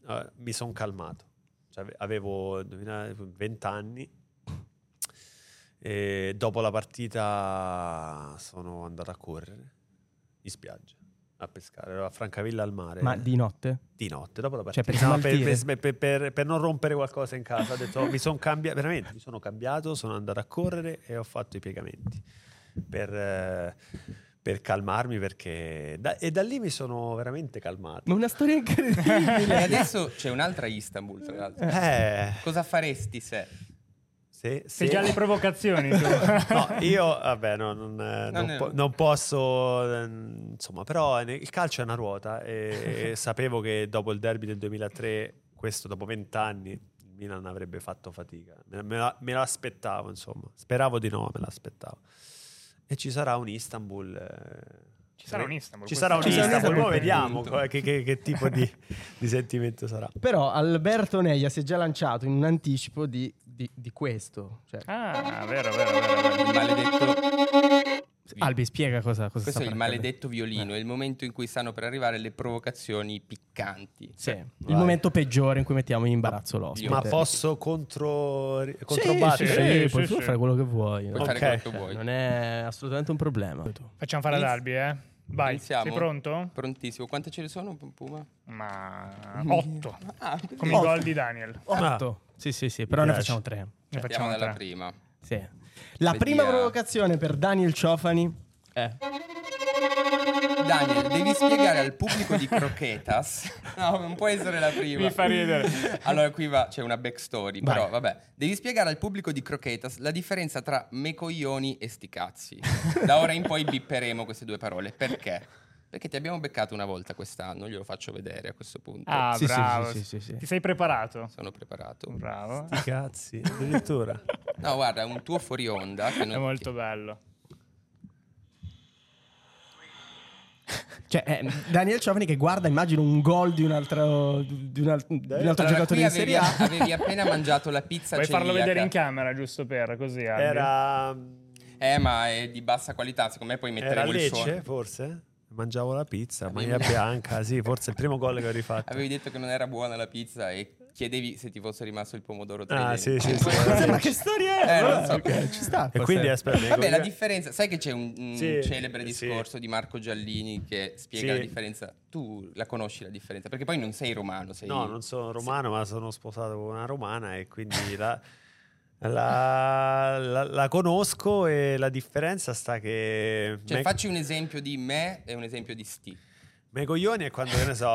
Speaker 2: Mm.
Speaker 4: eh, mi sono calmato. Cioè, ave- avevo 20 anni e dopo la partita sono andato a correre in spiaggia a pescare, ero a Francavilla al mare.
Speaker 2: Ma di notte?
Speaker 4: Di notte, dopo la
Speaker 2: Cioè,
Speaker 4: partita.
Speaker 2: per
Speaker 4: No, per,
Speaker 2: smaltire.
Speaker 4: per- per- per- per non rompere qualcosa in casa, ho detto mi sono cambiato, veramente mi sono cambiato, sono andato a correre e ho fatto i piegamenti per, eh, per calmarmi perché... da- e da lì mi sono veramente calmato.
Speaker 2: Ma una storia
Speaker 5: E
Speaker 2: incredibile.
Speaker 5: adesso c'è un'altra Istanbul, tra l'altro.
Speaker 4: Eh,
Speaker 5: Cosa faresti se...
Speaker 4: se,
Speaker 3: Sei
Speaker 4: se-
Speaker 3: già alle provocazioni tu.
Speaker 4: No, io, vabbè, no, non, eh,
Speaker 5: No,
Speaker 4: non
Speaker 5: no.
Speaker 4: po- non posso, eh, insomma, però ne- il calcio è una ruota e, e sapevo che dopo il derby del 2003, questo dopo vent'anni, il Milan avrebbe fatto fatica. Me, me la- me l'aspettavo, insomma, speravo di no, me l'aspettavo. E ci sarà un Istanbul. eh,
Speaker 3: Ci sarà un Istanbul,
Speaker 4: Ci
Speaker 3: questo
Speaker 4: sarà
Speaker 3: è
Speaker 4: un
Speaker 3: certo.
Speaker 4: Istanbul, poi
Speaker 5: Punto.
Speaker 4: vediamo co- che, che- che tipo di, di sentimento sarà.
Speaker 6: Però Alberto Neia si è già lanciato in un anticipo di, di- di questo. Cioè,
Speaker 3: Ah, vero, vero, vero. vero.
Speaker 5: Il maledetto...
Speaker 6: Albi, spiega cosa, Eh. cosa sta
Speaker 5: Questo è il
Speaker 6: per
Speaker 5: maledetto violino, è il momento in cui stanno per arrivare le provocazioni piccanti.
Speaker 6: accadere. Sì, il
Speaker 4: Vai.
Speaker 6: momento peggiore in cui mettiamo in imbarazzo l'ospite.
Speaker 4: Ma posso contro,
Speaker 6: Sì, sì,
Speaker 4: controbattere?
Speaker 3: Sì,
Speaker 6: puoi
Speaker 3: sì,
Speaker 6: tu
Speaker 3: sì.
Speaker 6: fare quello che vuoi.
Speaker 5: Puoi
Speaker 6: no?
Speaker 4: Ok.
Speaker 5: fare quello che
Speaker 6: Cioè,
Speaker 5: vuoi.
Speaker 6: Non è assolutamente un problema.
Speaker 3: Facciamo fare ad
Speaker 5: Iniz-
Speaker 3: Albi, eh. Vai,
Speaker 5: Iniziamo?
Speaker 3: sei pronto?
Speaker 5: Prontissimo. Quante ce ne sono, Puma?
Speaker 3: Ma 8.
Speaker 5: Ah,
Speaker 3: Come
Speaker 5: cioè,
Speaker 3: il gol di Daniel.
Speaker 4: Ah,
Speaker 6: Otto. Certo.
Speaker 5: Ah.
Speaker 6: Sì, sì, sì, però
Speaker 4: Mi
Speaker 6: ne
Speaker 4: piace.
Speaker 6: facciamo tre.
Speaker 3: Ne
Speaker 5: partiamo
Speaker 3: facciamo tre.
Speaker 5: dalla prima.
Speaker 6: Sì. La prima
Speaker 5: Vediamo.
Speaker 6: provocazione per Daniel Ciofani è...
Speaker 5: Daniel, devi spiegare al pubblico di Croquetas. No, non può essere la prima.
Speaker 3: Mi fa ridere.
Speaker 5: Allora, qui va, c'è una backstory.
Speaker 6: Vai.
Speaker 5: Però, vabbè, devi spiegare al pubblico di Croquetas la differenza tra mecoglioni e sticazzi. Da ora in poi bipperemo queste due parole. Perché? Perché ti abbiamo beccato una volta quest'anno, glielo faccio vedere a questo punto.
Speaker 3: Ah,
Speaker 6: Sì, sì,
Speaker 3: bravo.
Speaker 6: sì, sì, sì, sì.
Speaker 3: Ti sei preparato?
Speaker 5: Sono preparato.
Speaker 3: Bravo.
Speaker 4: Sti Cazzi, addirittura.
Speaker 5: No, guarda, un tuo fuori onda. Che non...
Speaker 3: È molto bello.
Speaker 6: Cioè, eh, Daniel Ciofani che guarda, immagino, un gol di un altro, di un al- di un altro
Speaker 5: Eh, Allora,
Speaker 6: giocatore
Speaker 5: qui
Speaker 6: in
Speaker 5: avevi,
Speaker 6: Serie A.
Speaker 5: avevi appena mangiato la pizza
Speaker 3: Vuoi farlo
Speaker 5: celiaca.
Speaker 3: vedere in camera, giusto per così? Albi?
Speaker 4: Era, mm,
Speaker 5: Eh, ma è di bassa qualità, secondo me poi
Speaker 4: era
Speaker 5: metteremo il suono.
Speaker 4: Lecce, forse? Mangiavo la pizza,
Speaker 5: Avevi-
Speaker 4: maglia bianca, sì, forse il primo gol che ho rifatto.
Speaker 5: Avevi detto che non era buona la pizza e chiedevi se ti fosse rimasto il pomodoro tra i
Speaker 4: Ah, sì,
Speaker 5: denti.
Speaker 4: sì, sì.
Speaker 6: Ma che storia è?
Speaker 5: Eh, non so.
Speaker 6: Ok, ci sta.
Speaker 4: E quindi aspetta,
Speaker 5: Vabbè, la
Speaker 4: ecco,
Speaker 5: differenza, sai che c'è un, un
Speaker 4: Sì,
Speaker 5: celebre
Speaker 4: sì.
Speaker 5: discorso di Marco Giallini che spiega
Speaker 4: Sì.
Speaker 5: la differenza. Tu la conosci la differenza? Perché poi non sei romano, sei
Speaker 4: No, non sono romano, ma sono sposato con una romana e quindi la, la- la- la conosco e la differenza sta che...
Speaker 5: Cioè,
Speaker 4: me-
Speaker 5: facci un esempio di me e un esempio di sti.
Speaker 4: me coglioni è quando, che ne so,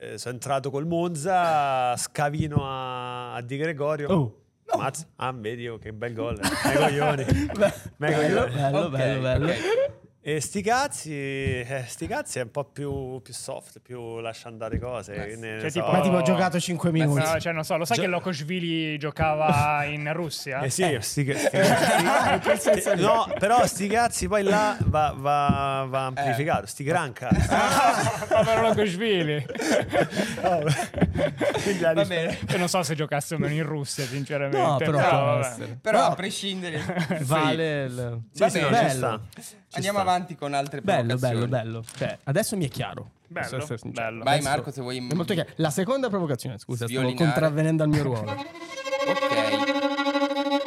Speaker 4: eh, sono entrato col Monza, scavino a, a Di Gregorio.
Speaker 6: Oh.
Speaker 4: Mazz- ah, vedi oh, che bel gol. Me coglioni. Me
Speaker 6: Bello,
Speaker 4: coglioni.
Speaker 6: bello,
Speaker 5: Ok,
Speaker 6: bello, bello.
Speaker 5: ok.
Speaker 4: E sti cazzi, eh, sti cazzi è un po' più, più soft, più lascia andare cose.
Speaker 5: Beh,
Speaker 4: che ne
Speaker 3: cioè,
Speaker 4: so.
Speaker 3: tipo-
Speaker 6: Ma
Speaker 3: Oh.
Speaker 6: tipo ho giocato 5 minuti.
Speaker 3: No, cioè, non so, lo sai che Lokoshvili giocava in Russia?
Speaker 4: Eh sì, sti ca- sti ca- sti- sti- no, però sti cazzi poi là va, va- va amplificato, sti gran cazzi. Ah,
Speaker 3: Povero Lokoshvili.
Speaker 4: Quindi la
Speaker 5: Va
Speaker 4: dif-
Speaker 5: bene.
Speaker 3: Io Cioè, non so se giocasse o meno in Russia, sinceramente.
Speaker 6: No, però può
Speaker 3: vabbè.
Speaker 6: essere.
Speaker 5: Però
Speaker 6: Però
Speaker 5: a prescindere,
Speaker 6: Vale il...
Speaker 4: Sì, sì, no, ci
Speaker 6: Bello.
Speaker 4: sta. Ci
Speaker 5: andiamo
Speaker 4: sta.
Speaker 5: avanti con altre
Speaker 6: Bello, bello,
Speaker 5: provocazioni.
Speaker 6: bello. Cioè, adesso mi è chiaro. Posso
Speaker 3: Bello,
Speaker 6: essere sincero.
Speaker 3: bello.
Speaker 5: Vai
Speaker 6: Adesso-
Speaker 5: Marco, se vuoi.
Speaker 6: È molto chiaro. La seconda provocazione, scusa, sto
Speaker 5: Sviolinare.
Speaker 6: contravvenendo al mio ruolo.
Speaker 5: Ok.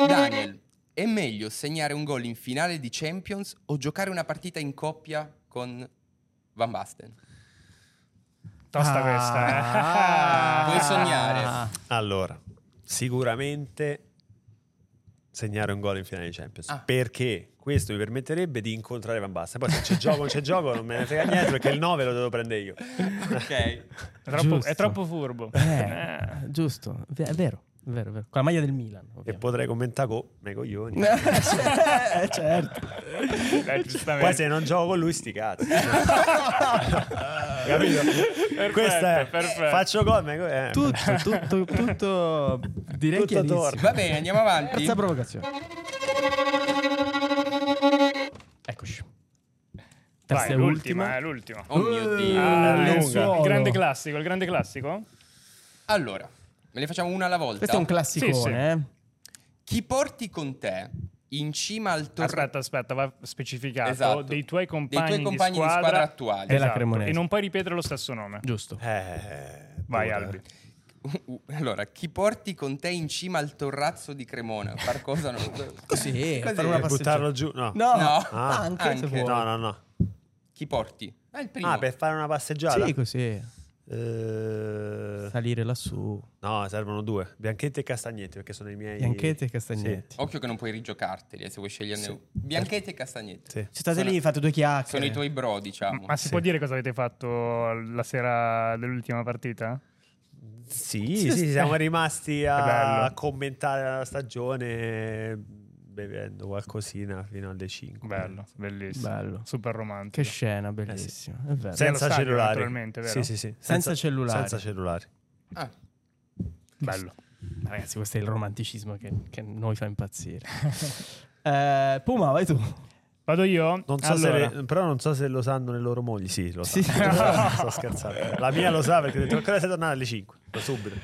Speaker 5: Daniel, è meglio segnare un gol in finale di Champions o giocare una partita in coppia con Van Basten?
Speaker 3: Tosta
Speaker 6: Ah.
Speaker 3: questa, eh.
Speaker 5: Puoi sognare.
Speaker 4: Allora, sicuramente segnare un gol in finale di Champions.
Speaker 5: Ah.
Speaker 4: Perché questo mi permetterebbe di incontrare Van Basten. Poi se c'è gioco o non c'è gioco non me ne frega niente perché il 9 lo devo prendere io.
Speaker 5: ok.
Speaker 3: È troppo,
Speaker 6: Giusto.
Speaker 3: è troppo furbo.
Speaker 6: Eh, giusto, è vero. Vero, vero. Con la maglia del Milan.
Speaker 4: E
Speaker 6: ovviamente.
Speaker 4: potrei commentare con me coglioni.
Speaker 6: Eh, certo.
Speaker 3: Eh, giustamente.
Speaker 4: Poi se non gioco con lui sti cazzi. Capito? Questo è.
Speaker 3: perfetto.
Speaker 4: Faccio gol, me co- eh.
Speaker 6: Tutto, tutto, tutto. Direi
Speaker 4: Tutto
Speaker 6: chiarissimo.
Speaker 4: torna.
Speaker 5: Va bene, andiamo avanti.
Speaker 6: Terza provocazione. Eccoci. Terza
Speaker 3: Vai,
Speaker 6: e
Speaker 3: l'ultima, eh.
Speaker 6: ultima.
Speaker 3: è l'ultima.
Speaker 5: Oh mio dio.
Speaker 6: Uh.
Speaker 3: Ah,
Speaker 4: lunga.
Speaker 3: il grande classico, il grande classico?
Speaker 5: Allora, me le facciamo una alla volta.
Speaker 6: Questo è un classicone,
Speaker 3: Sì, sì.
Speaker 6: eh.
Speaker 5: Chi porti con te in cima al torneo?
Speaker 3: Aspetta, aspetta, va specificato
Speaker 5: Esatto.
Speaker 3: dei tuoi compagni,
Speaker 5: Dei tuoi compagni
Speaker 3: di, squadra, Esatto.
Speaker 5: attuali.
Speaker 6: Della Cremonese.
Speaker 3: E non puoi ripetere lo stesso nome.
Speaker 6: Giusto.
Speaker 4: Eh,
Speaker 3: Vai
Speaker 4: puta.
Speaker 3: Albi.
Speaker 5: Uh, Allora, chi porti con te in cima al torrazzo di Cremona? Far cosa non...
Speaker 6: Così,
Speaker 5: Così.
Speaker 6: Eh, fare una
Speaker 4: Eh, Per buttarlo giù? No.
Speaker 6: No,
Speaker 5: No.
Speaker 4: Ah.
Speaker 6: anche, se
Speaker 5: Anche.
Speaker 6: vuoi.
Speaker 4: no, no. no.
Speaker 5: Chi porti? Ah, il primo.
Speaker 4: Ah, per fare una passeggiata?
Speaker 6: Sì, così.
Speaker 4: Eh,
Speaker 6: Salire lassù.
Speaker 4: no, servono due. Bianchetti e Castagnetti, perché sono i miei...
Speaker 6: Bianchetti e Castagnetti.
Speaker 5: Occhio che non puoi rigiocarteli, eh, se vuoi sceglierne uno. Bianchetti e Castagnetti.
Speaker 4: Sì.
Speaker 6: Ci state
Speaker 5: Sono-
Speaker 6: lì, fate due chiacchiere.
Speaker 5: Sono i tuoi bro, diciamo.
Speaker 3: Ma si può dire cosa avete fatto la sera dell'ultima partita?
Speaker 4: Sì, sì, sì, siamo rimasti
Speaker 3: Che
Speaker 4: a,
Speaker 3: bello.
Speaker 4: a commentare la stagione bevendo qualcosina fino alle 5.
Speaker 3: Bello, bellissimo.
Speaker 6: Bello.
Speaker 3: Super romantico.
Speaker 6: Che scena bellissima. È vero.
Speaker 3: Sei allo
Speaker 4: Senza
Speaker 3: stadio,
Speaker 4: cellulare.
Speaker 3: naturalmente, vero?
Speaker 4: Sì, sì, sì.
Speaker 6: Senza cellulari.
Speaker 4: Senza cellulari.
Speaker 5: Ah,
Speaker 3: Bello.
Speaker 6: Ragazzi, questo è il romanticismo che, che noi fa impazzire. Eh, Puma, vai tu.
Speaker 3: Vado io?
Speaker 4: Non so se
Speaker 3: allora,
Speaker 4: le- però non so se lo sanno le loro mogli. Sì, lo sanno. Sto scherzando. La mia lo sa perché ho detto, ancora sei tornata alle 5. Lo subito.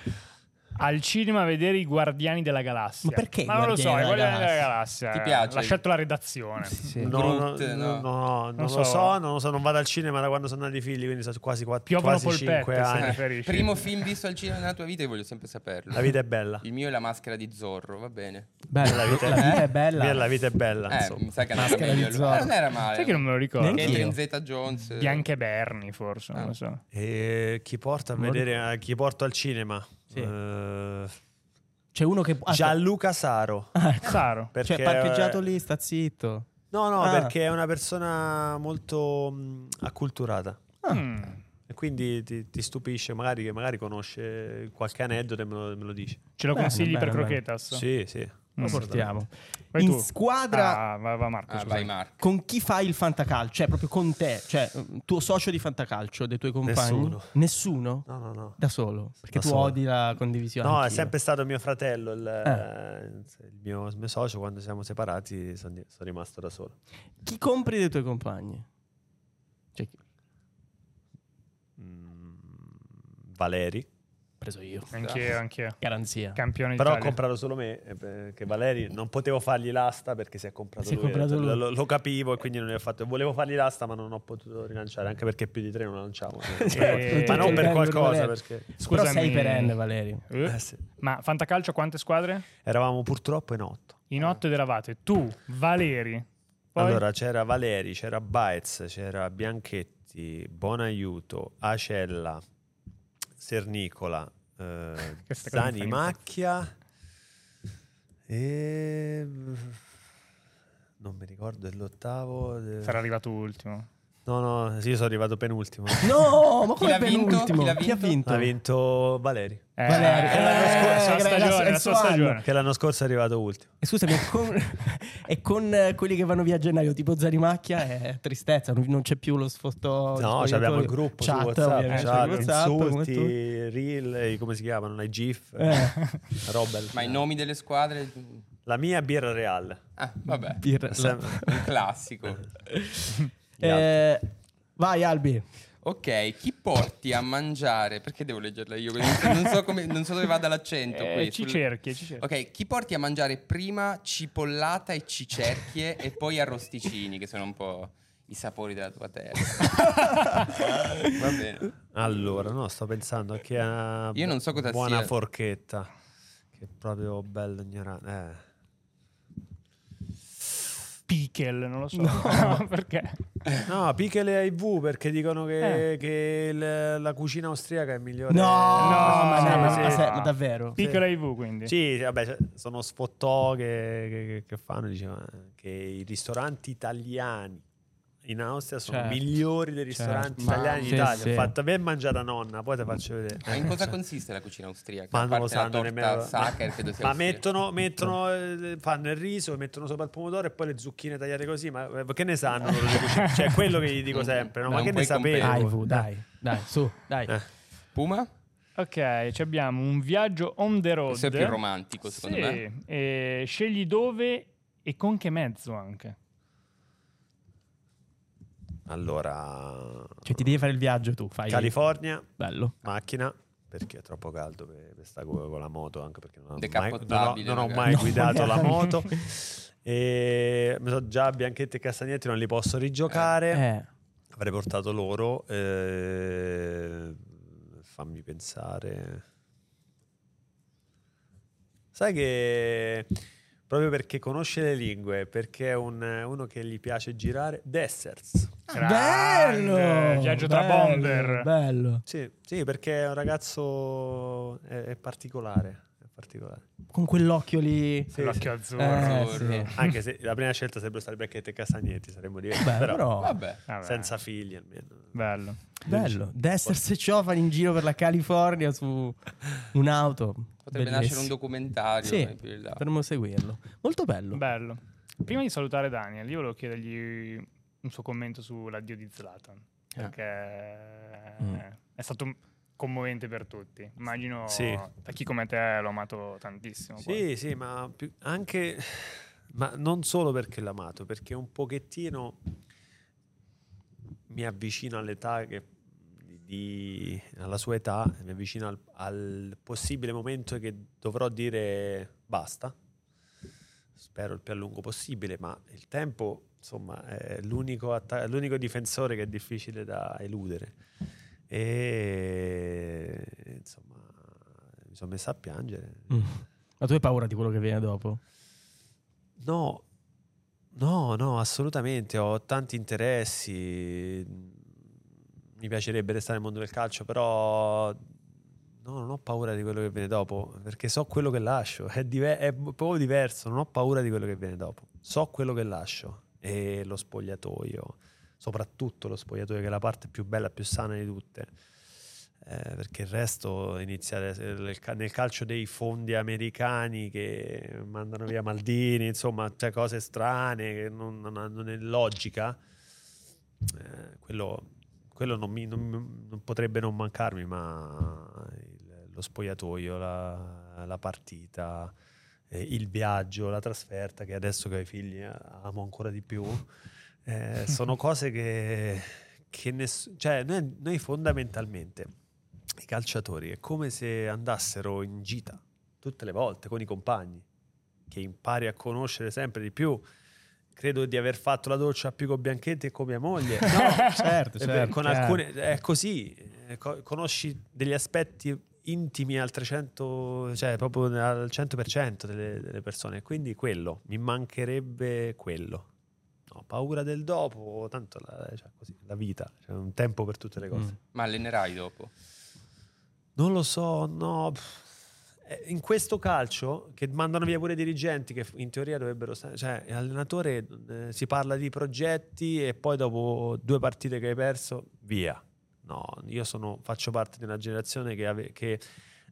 Speaker 3: al cinema a vedere i Guardiani della Galassia.
Speaker 6: Ma perché
Speaker 3: Ma non lo so, i
Speaker 6: Guardiani della
Speaker 3: Guardiani della Galassia. eh,
Speaker 5: Ti piace?
Speaker 3: L'ha scelto la redazione.
Speaker 4: No, no,
Speaker 5: Groot,
Speaker 4: no,
Speaker 5: no.
Speaker 4: no, non,
Speaker 3: so.
Speaker 4: lo so, non lo so, non vado al cinema da quando sono nati i figli, quindi sono quasi, quatt-
Speaker 3: Piovono
Speaker 4: quasi 5
Speaker 3: polpette, se
Speaker 4: anni.
Speaker 3: ne preferisci.
Speaker 5: primo film visto al cinema nella tua vita, io voglio sempre saperlo.
Speaker 4: La vita è bella.
Speaker 5: Il mio è la maschera di Zorro, va bene.
Speaker 6: Bella, Eh, la vita, è bella.
Speaker 4: Via, La vita è Eh? bella.
Speaker 5: Eh,
Speaker 4: insomma.
Speaker 5: mi sa che andava
Speaker 6: Maschera di
Speaker 5: meglio. lui.
Speaker 6: Zorro.
Speaker 5: Eh, Non era male.
Speaker 3: Sai che non me lo ricordo?
Speaker 6: Neanche io.
Speaker 5: Catherine Zeta-Jones. eh,
Speaker 3: Bianca e Berni, forse, non
Speaker 5: Ah.
Speaker 3: lo so.
Speaker 4: E chi porta a
Speaker 6: Non lo
Speaker 4: vedere, eh, chi porto al cinema?
Speaker 6: Sì. Ah,
Speaker 4: Eh,
Speaker 6: C'è uno che... ah,
Speaker 4: Gianluca Saro.
Speaker 3: Saro.
Speaker 4: Perché, eh,
Speaker 6: cioè, parcheggiato lì, sta zitto.
Speaker 4: No, no,
Speaker 6: Ah.
Speaker 4: perché è una persona molto mh, acculturata.
Speaker 3: Mm.
Speaker 4: E quindi ti, ti stupisce, magari, che magari conosce qualche aneddoto e me lo, me lo dice.
Speaker 3: Ce lo
Speaker 6: Bene,
Speaker 3: consigli
Speaker 6: bene,
Speaker 3: per
Speaker 6: bene.
Speaker 3: Croquetas?
Speaker 4: Sì, sì.
Speaker 6: Lo
Speaker 3: Mm.
Speaker 6: portiamo.
Speaker 3: Vai
Speaker 6: In
Speaker 3: tu.
Speaker 6: squadra
Speaker 3: Ah, va, va Marco,
Speaker 5: Ah,
Speaker 3: scusa.
Speaker 5: vai Marco.
Speaker 6: con chi fai il fantacalcio? Cioè, proprio con te, cioè, il tuo socio di fantacalcio, dei tuoi compagni?
Speaker 4: Nessuno.
Speaker 6: Nessuno?
Speaker 4: No, no, no.
Speaker 6: Da solo? Perché
Speaker 4: Da
Speaker 6: tu
Speaker 4: solo.
Speaker 6: odi la condivisione.
Speaker 4: No, è
Speaker 6: anch'io.
Speaker 4: sempre stato mio fratello, il,
Speaker 6: Eh.
Speaker 4: il mio, il mio socio. Quando siamo separati sono, di- sono rimasto da solo.
Speaker 6: Chi compri dei tuoi compagni? Cioè, chi-
Speaker 4: Mm, Valeri.
Speaker 6: preso io.
Speaker 3: Anch'io, anch'io.
Speaker 6: Garanzia.
Speaker 3: Campione
Speaker 4: Però ha
Speaker 3: d'Italia.
Speaker 4: comprato solo me, eh, perché Valeri non potevo fargli l'asta perché si è comprato
Speaker 6: Si è
Speaker 4: lui. eh,
Speaker 6: comprato lui.
Speaker 4: Lo, lo- lo capivo e quindi non ne ho fatto. Volevo fargli l'asta ma non ho potuto rilanciare, anche perché più di tre non lanciamo.
Speaker 3: Eh,
Speaker 4: ma non
Speaker 6: Tutti
Speaker 4: per
Speaker 6: vengono
Speaker 4: qualcosa,
Speaker 6: Valeri.
Speaker 4: perché...
Speaker 6: Però
Speaker 3: Scusami.
Speaker 6: sei perenne, Valerio.
Speaker 3: Eh,
Speaker 4: Eh, sì.
Speaker 3: Ma Fantacalcio quante squadre?
Speaker 4: Eravamo purtroppo in otto.
Speaker 3: In otto ed eravate tu, Valeri. Poi
Speaker 4: Allora c'era Valeri, c'era Baez, c'era Bianchetti, Bonaiuto, Acella, Sernicola, eh,
Speaker 3: Questa cosa mi fa
Speaker 4: Zani Macchia e... Non mi ricordo dell'ottavo. eh,
Speaker 3: sarà arrivato ultimo.
Speaker 4: No, no, sì, io sono arrivato penultimo.
Speaker 6: No, ma
Speaker 5: Chi l'ha
Speaker 6: come
Speaker 5: vinto?
Speaker 6: penultimo?
Speaker 5: Chi l'ha
Speaker 6: Chi ha
Speaker 5: vinto?
Speaker 6: vinto?
Speaker 4: Ha vinto Valeri,
Speaker 3: Eh,
Speaker 6: Valeri.
Speaker 3: eh, la
Speaker 6: Eh,
Speaker 3: scorsa
Speaker 6: ragazzi, è
Speaker 3: stagione, la
Speaker 6: il
Speaker 3: sua
Speaker 6: suo anno.
Speaker 3: stagione.
Speaker 4: che l'anno scorso è arrivato ultimo.
Speaker 6: E Scusami, è con, è con, eh, quelli che vanno via a gennaio, tipo Zarimacchia, è tristezza, non, non c'è più lo sfoto.
Speaker 4: No,
Speaker 6: spogliatoio.
Speaker 4: abbiamo il gruppo
Speaker 6: Oh, Chat,
Speaker 4: su WhatsApp,
Speaker 6: ovviamente,
Speaker 4: chat,
Speaker 6: su WhatsApp, come
Speaker 4: insulti,
Speaker 6: tu.
Speaker 4: reel, eh, come si chiamano, i GIF,
Speaker 6: Eh.
Speaker 4: Robel.
Speaker 5: Ma i nomi delle squadre...
Speaker 4: La mia birra real.
Speaker 5: Ah, vabbè.
Speaker 6: Birra-
Speaker 4: Sem-
Speaker 5: Un classico.
Speaker 4: Gli
Speaker 6: Eh, vai Albi.
Speaker 5: Ok, chi porti a mangiare? Perché devo leggerla io? Non so, come- non so dove vada l'accento.
Speaker 3: Eh,
Speaker 5: qui,
Speaker 3: ci
Speaker 5: sul-
Speaker 3: cerchi, ci cerchi.
Speaker 5: Ok, chi porti a mangiare prima cipollata e cicerchie e poi arrosticini, che sono un po' i sapori della tua terra. Va bene.
Speaker 4: Allora, no, sto pensando anche a
Speaker 5: Io non so cosa
Speaker 4: buona
Speaker 5: sia.
Speaker 4: forchetta, che è proprio bello ignorante. eh.
Speaker 3: Pichel, non lo so. Perché?
Speaker 4: Eh. No, pichele IV perché dicono che, che il- la cucina austriaca è migliore.
Speaker 6: Eh. No,
Speaker 3: no,
Speaker 6: ma, no,
Speaker 3: sì,
Speaker 6: ma-
Speaker 3: sì.
Speaker 6: ma se- ma davvero.
Speaker 3: Piccola IV, quindi.
Speaker 4: Sì, vabbè, cioè, sono sfottò che, che- che- che fanno, diceva, che i ristoranti italiani in Austria sono
Speaker 6: Certo.
Speaker 4: migliori dei ristoranti
Speaker 6: Ma-
Speaker 4: italiani
Speaker 6: sì,
Speaker 4: in Italia.
Speaker 6: sì.
Speaker 4: Ho fatto ben mangiare a nonna, poi te faccio vedere. Cioè,
Speaker 5: Ma in cosa consiste la cucina austriaca?
Speaker 4: Ma
Speaker 5: a
Speaker 4: non lo
Speaker 5: parte la
Speaker 4: sanno
Speaker 5: torta
Speaker 4: nemmeno.
Speaker 5: Sacher, credo sia
Speaker 4: ma
Speaker 5: austria-
Speaker 4: mettono, mettono, eh, fanno il riso, mettono sopra il pomodoro e poi le zucchine tagliate così. Ma eh, che ne sanno? loro di cucina? cioè, quello che gli dico sempre, no?
Speaker 5: No,
Speaker 4: ma
Speaker 5: non
Speaker 4: che ne
Speaker 5: puoi
Speaker 4: sapete?
Speaker 5: comprare.
Speaker 6: Dai, Vu, dai, dai, su, dai.
Speaker 4: Eh.
Speaker 5: Puma?
Speaker 3: Ok, ci abbiamo un viaggio on the road.
Speaker 5: Questo è più romantico, secondo
Speaker 3: Sì,
Speaker 5: me.
Speaker 3: eh, scegli dove e con che mezzo anche.
Speaker 4: Allora,
Speaker 6: Cioè, ti devi fare il viaggio tu, fai.
Speaker 4: Cioè, California,
Speaker 6: Bello.
Speaker 4: macchina. Perché è troppo caldo per, per stare co- con la moto, anche perché non ho mai,
Speaker 5: Decappottabile,
Speaker 4: non ho- non ho
Speaker 5: magari.
Speaker 4: mai
Speaker 5: No,
Speaker 4: guidato la moto. E mi so già Bianchetti e Castagnetti non li posso rigiocare.
Speaker 6: Eh,
Speaker 4: avrei portato loro. eh, fammi pensare. Sai che proprio perché conosce le lingue, perché è un- uno che gli piace girare, Dessers.
Speaker 3: Grande,
Speaker 6: Ah, bello!
Speaker 3: Viaggio tra
Speaker 6: bello,
Speaker 3: bomber.
Speaker 6: Bello.
Speaker 4: Sì, sì, perché è un ragazzo è, è particolare, è particolare.
Speaker 6: Con quell'occhio lì.
Speaker 4: Sì, sì.
Speaker 3: L'occhio azzurro.
Speaker 6: Eh, sì.
Speaker 5: azzurro.
Speaker 4: Anche se la prima scelta sarebbe stare Becchetti e Castagnetti, saremmo diversi,
Speaker 6: Beh,
Speaker 4: però,
Speaker 6: però.
Speaker 5: Vabbè.
Speaker 3: Vabbè,
Speaker 4: senza figli almeno.
Speaker 3: Bello.
Speaker 6: Bello. Dester se ciofani in giro per la California su un'auto.
Speaker 5: Potrebbe
Speaker 6: Bellissimo.
Speaker 5: nascere un documentario. eh,
Speaker 6: Sì,
Speaker 5: più in là.
Speaker 6: potremmo seguirlo. Molto bello.
Speaker 3: Bello. Prima di salutare Daniel, io volevo chiedergli un suo commento sull'addio di Zlatan. Perché
Speaker 6: Eh. Mm.
Speaker 3: è stato commovente per tutti. Immagino
Speaker 4: Sì.
Speaker 3: da chi come te l'ho amato tantissimo. poi.
Speaker 4: Sì, sì, ma più- anche ma non solo perché l'ho amato, perché un pochettino mi avvicino all'età che di, alla sua età, mi avvicino al, al possibile momento che dovrò dire basta. Spero il più a lungo possibile, ma il tempo, insomma, è l'unico, atta- l'unico difensore che è difficile da eludere. E insomma, mi sono messa a piangere.
Speaker 6: Mm. Ma tu hai paura di quello che viene dopo?
Speaker 4: No, no, no, assolutamente. Ho tanti interessi. Mi piacerebbe restare nel mondo del calcio, però no, non ho paura di quello che viene dopo, perché so quello che lascio. È, dive- è proprio diverso. Non ho paura di quello che viene dopo. So quello che lascio e lo spogliatoio, soprattutto lo spogliatoio, che è la parte più bella, più sana di tutte. Eh, perché il resto inizia ad essere- nel ca- nel calcio dei fondi americani che mandano via Maldini, insomma, cioè cose strane che non, non hanno né logica. Eh, quello quello non, mi- non mi- non potrebbe non mancarmi, ma il- lo spogliatoio, la, la partita, eh, il viaggio, la trasferta, che adesso che ho i figli eh, amo ancora di più, eh, sono cose che, che ness- cioè, noi, noi fondamentalmente, i calciatori, è come se andassero in gita tutte le volte con i compagni, che impari a conoscere sempre di più. Credo di aver fatto la doccia più con Bianchetti e con mia moglie. No,
Speaker 6: Certo,
Speaker 4: eh, beh, con alcune, è così, eh, co- conosci degli aspetti intimi al 300, cioè proprio al 100% delle, delle persone, quindi quello, mi mancherebbe quello. No, paura del dopo, tanto la, cioè, così, la vita, c'è un tempo per tutte le cose.
Speaker 6: Mm.
Speaker 5: Ma allenerai dopo.
Speaker 4: Non lo so, no. pff. Eh, In questo calcio, che mandano via pure i dirigenti, che in teoria dovrebbero... sta- Cioè, l'allenatore eh, si parla di progetti e poi dopo due partite che hai perso, via. No, io sono- faccio parte di una generazione che, ave- che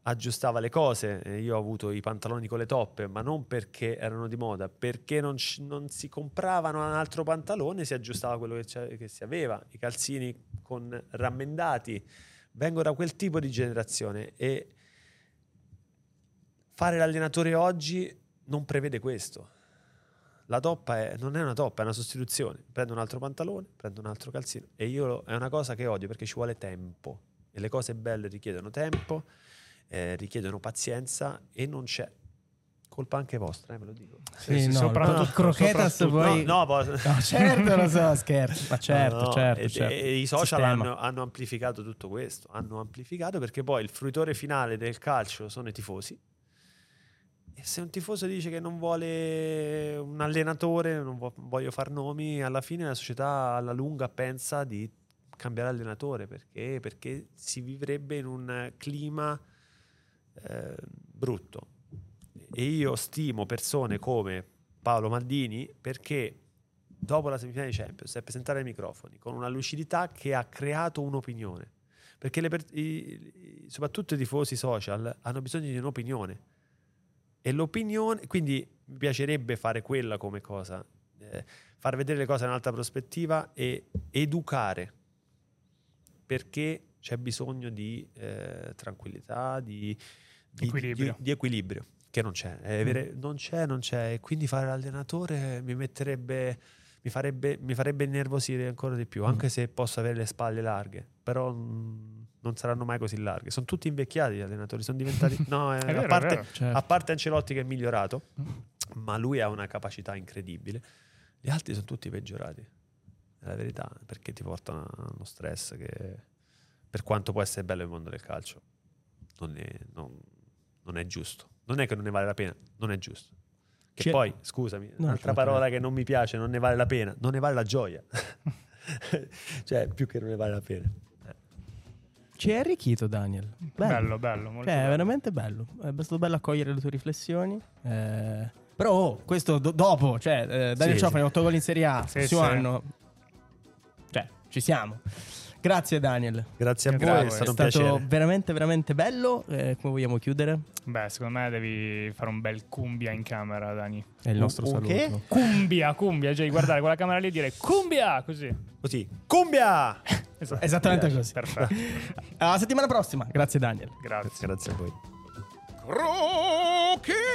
Speaker 4: aggiustava le cose. Eh, Io ho avuto i pantaloni con le toppe, ma non perché erano di moda, perché non, ci- non si compravano un altro pantalone, si aggiustava quello che, c'è- che si aveva. I calzini con rammendati. Vengo da quel tipo di generazione e fare l'allenatore oggi non prevede questo. La toppa è- non è una toppa, è una sostituzione. Prendo un altro pantalone, prendo un altro calzino e io lo- è una cosa che odio perché ci vuole tempo e le cose belle richiedono tempo, eh, richiedono pazienza e non c'è. Colpa anche vostra, eh, ve lo dico.
Speaker 6: Sì,
Speaker 3: Sì,
Speaker 6: no,
Speaker 3: soprattutto-
Speaker 6: il croquetas
Speaker 4: soprattutto-
Speaker 6: poi-
Speaker 4: No, no, poi-
Speaker 6: No, certo, lo so, scherzo. Ma certo,
Speaker 4: No, no,
Speaker 6: certo,
Speaker 4: e-
Speaker 6: certo.
Speaker 4: e i social
Speaker 6: Sistema.
Speaker 4: hanno, hanno amplificato tutto questo, hanno amplificato perché poi il fruitore finale del calcio sono i tifosi. E se un tifoso dice che non vuole un allenatore, non vo- voglio far nomi, alla fine la società alla lunga pensa di cambiare allenatore perché, perché si vivrebbe in un clima eh, brutto. E io stimo persone come Paolo Maldini perché dopo la semifinale di Champions è presentare ai microfoni con una lucidità che ha creato un'opinione. Perché le per- i- i- soprattutto i tifosi social hanno bisogno di un'opinione. E l'opinione, quindi mi piacerebbe fare quella come cosa, eh, far vedere le cose da un'altra prospettiva e educare. Perché c'è bisogno di eh, tranquillità, di, di-
Speaker 3: Equilibrio.
Speaker 4: di- di equilibrio, che non c'è. È vero- non c'è, non c'è. E quindi fare l'allenatore mi metterebbe mi farebbe, mi farebbe innervosire ancora di
Speaker 3: Mm.
Speaker 4: più, anche se posso avere le spalle larghe, però mm, non saranno mai così larghe. Sono tutti invecchiati gli allenatori, sono diventati... No, eh,
Speaker 3: È vero,
Speaker 4: a,
Speaker 3: è
Speaker 4: parte,
Speaker 3: vero.
Speaker 6: Certo.
Speaker 4: a parte Ancelotti che è migliorato, ma lui ha una capacità incredibile, gli altri sono tutti peggiorati, è la verità, perché ti portano a uno stress che, per quanto può essere bello il mondo del calcio, non è, non- non è giusto. Non è che non ne vale la pena, non è giusto. Che
Speaker 6: C'è-
Speaker 4: poi, scusami,
Speaker 6: No, certo.
Speaker 4: un'altra parola che non mi piace, non ne vale la pena, non ne vale la gioia. cioè, più che non ne vale la pena.
Speaker 6: Ci è arricchito Daniel.
Speaker 3: Bello, bello, molto
Speaker 6: Cioè, è
Speaker 3: bello.
Speaker 6: veramente bello. È stato bello accogliere le tue riflessioni. Eh, però oh, questo do- dopo, cioè, eh, Daniel
Speaker 4: Sì,
Speaker 6: Ciofani,
Speaker 4: sì.
Speaker 6: 8 gol in Serie A,
Speaker 3: Sì,
Speaker 6: prossimo
Speaker 3: sì.
Speaker 6: anno. Cioè, ci siamo. Grazie Daniel.
Speaker 4: Grazie a
Speaker 3: Grazie,
Speaker 4: voi, è
Speaker 3: è
Speaker 4: stato
Speaker 6: è
Speaker 4: un
Speaker 6: stato
Speaker 4: piacere.
Speaker 6: veramente, veramente bello. Eh, come vogliamo chiudere?
Speaker 3: Beh, secondo me devi fare un bel cumbia in camera, Dani.
Speaker 6: È il nostro
Speaker 4: Un- un
Speaker 6: saluto.
Speaker 4: che?
Speaker 3: Cumbia, cumbia, cioè guardare quella camera lì e dire cumbia, così.
Speaker 4: Così, cumbia!
Speaker 3: Esatto.
Speaker 6: Esattamente così.
Speaker 3: Perfetto.
Speaker 6: Alla settimana prossima. Grazie Daniel.
Speaker 3: Grazie.
Speaker 4: Grazie a voi.
Speaker 5: Croquet!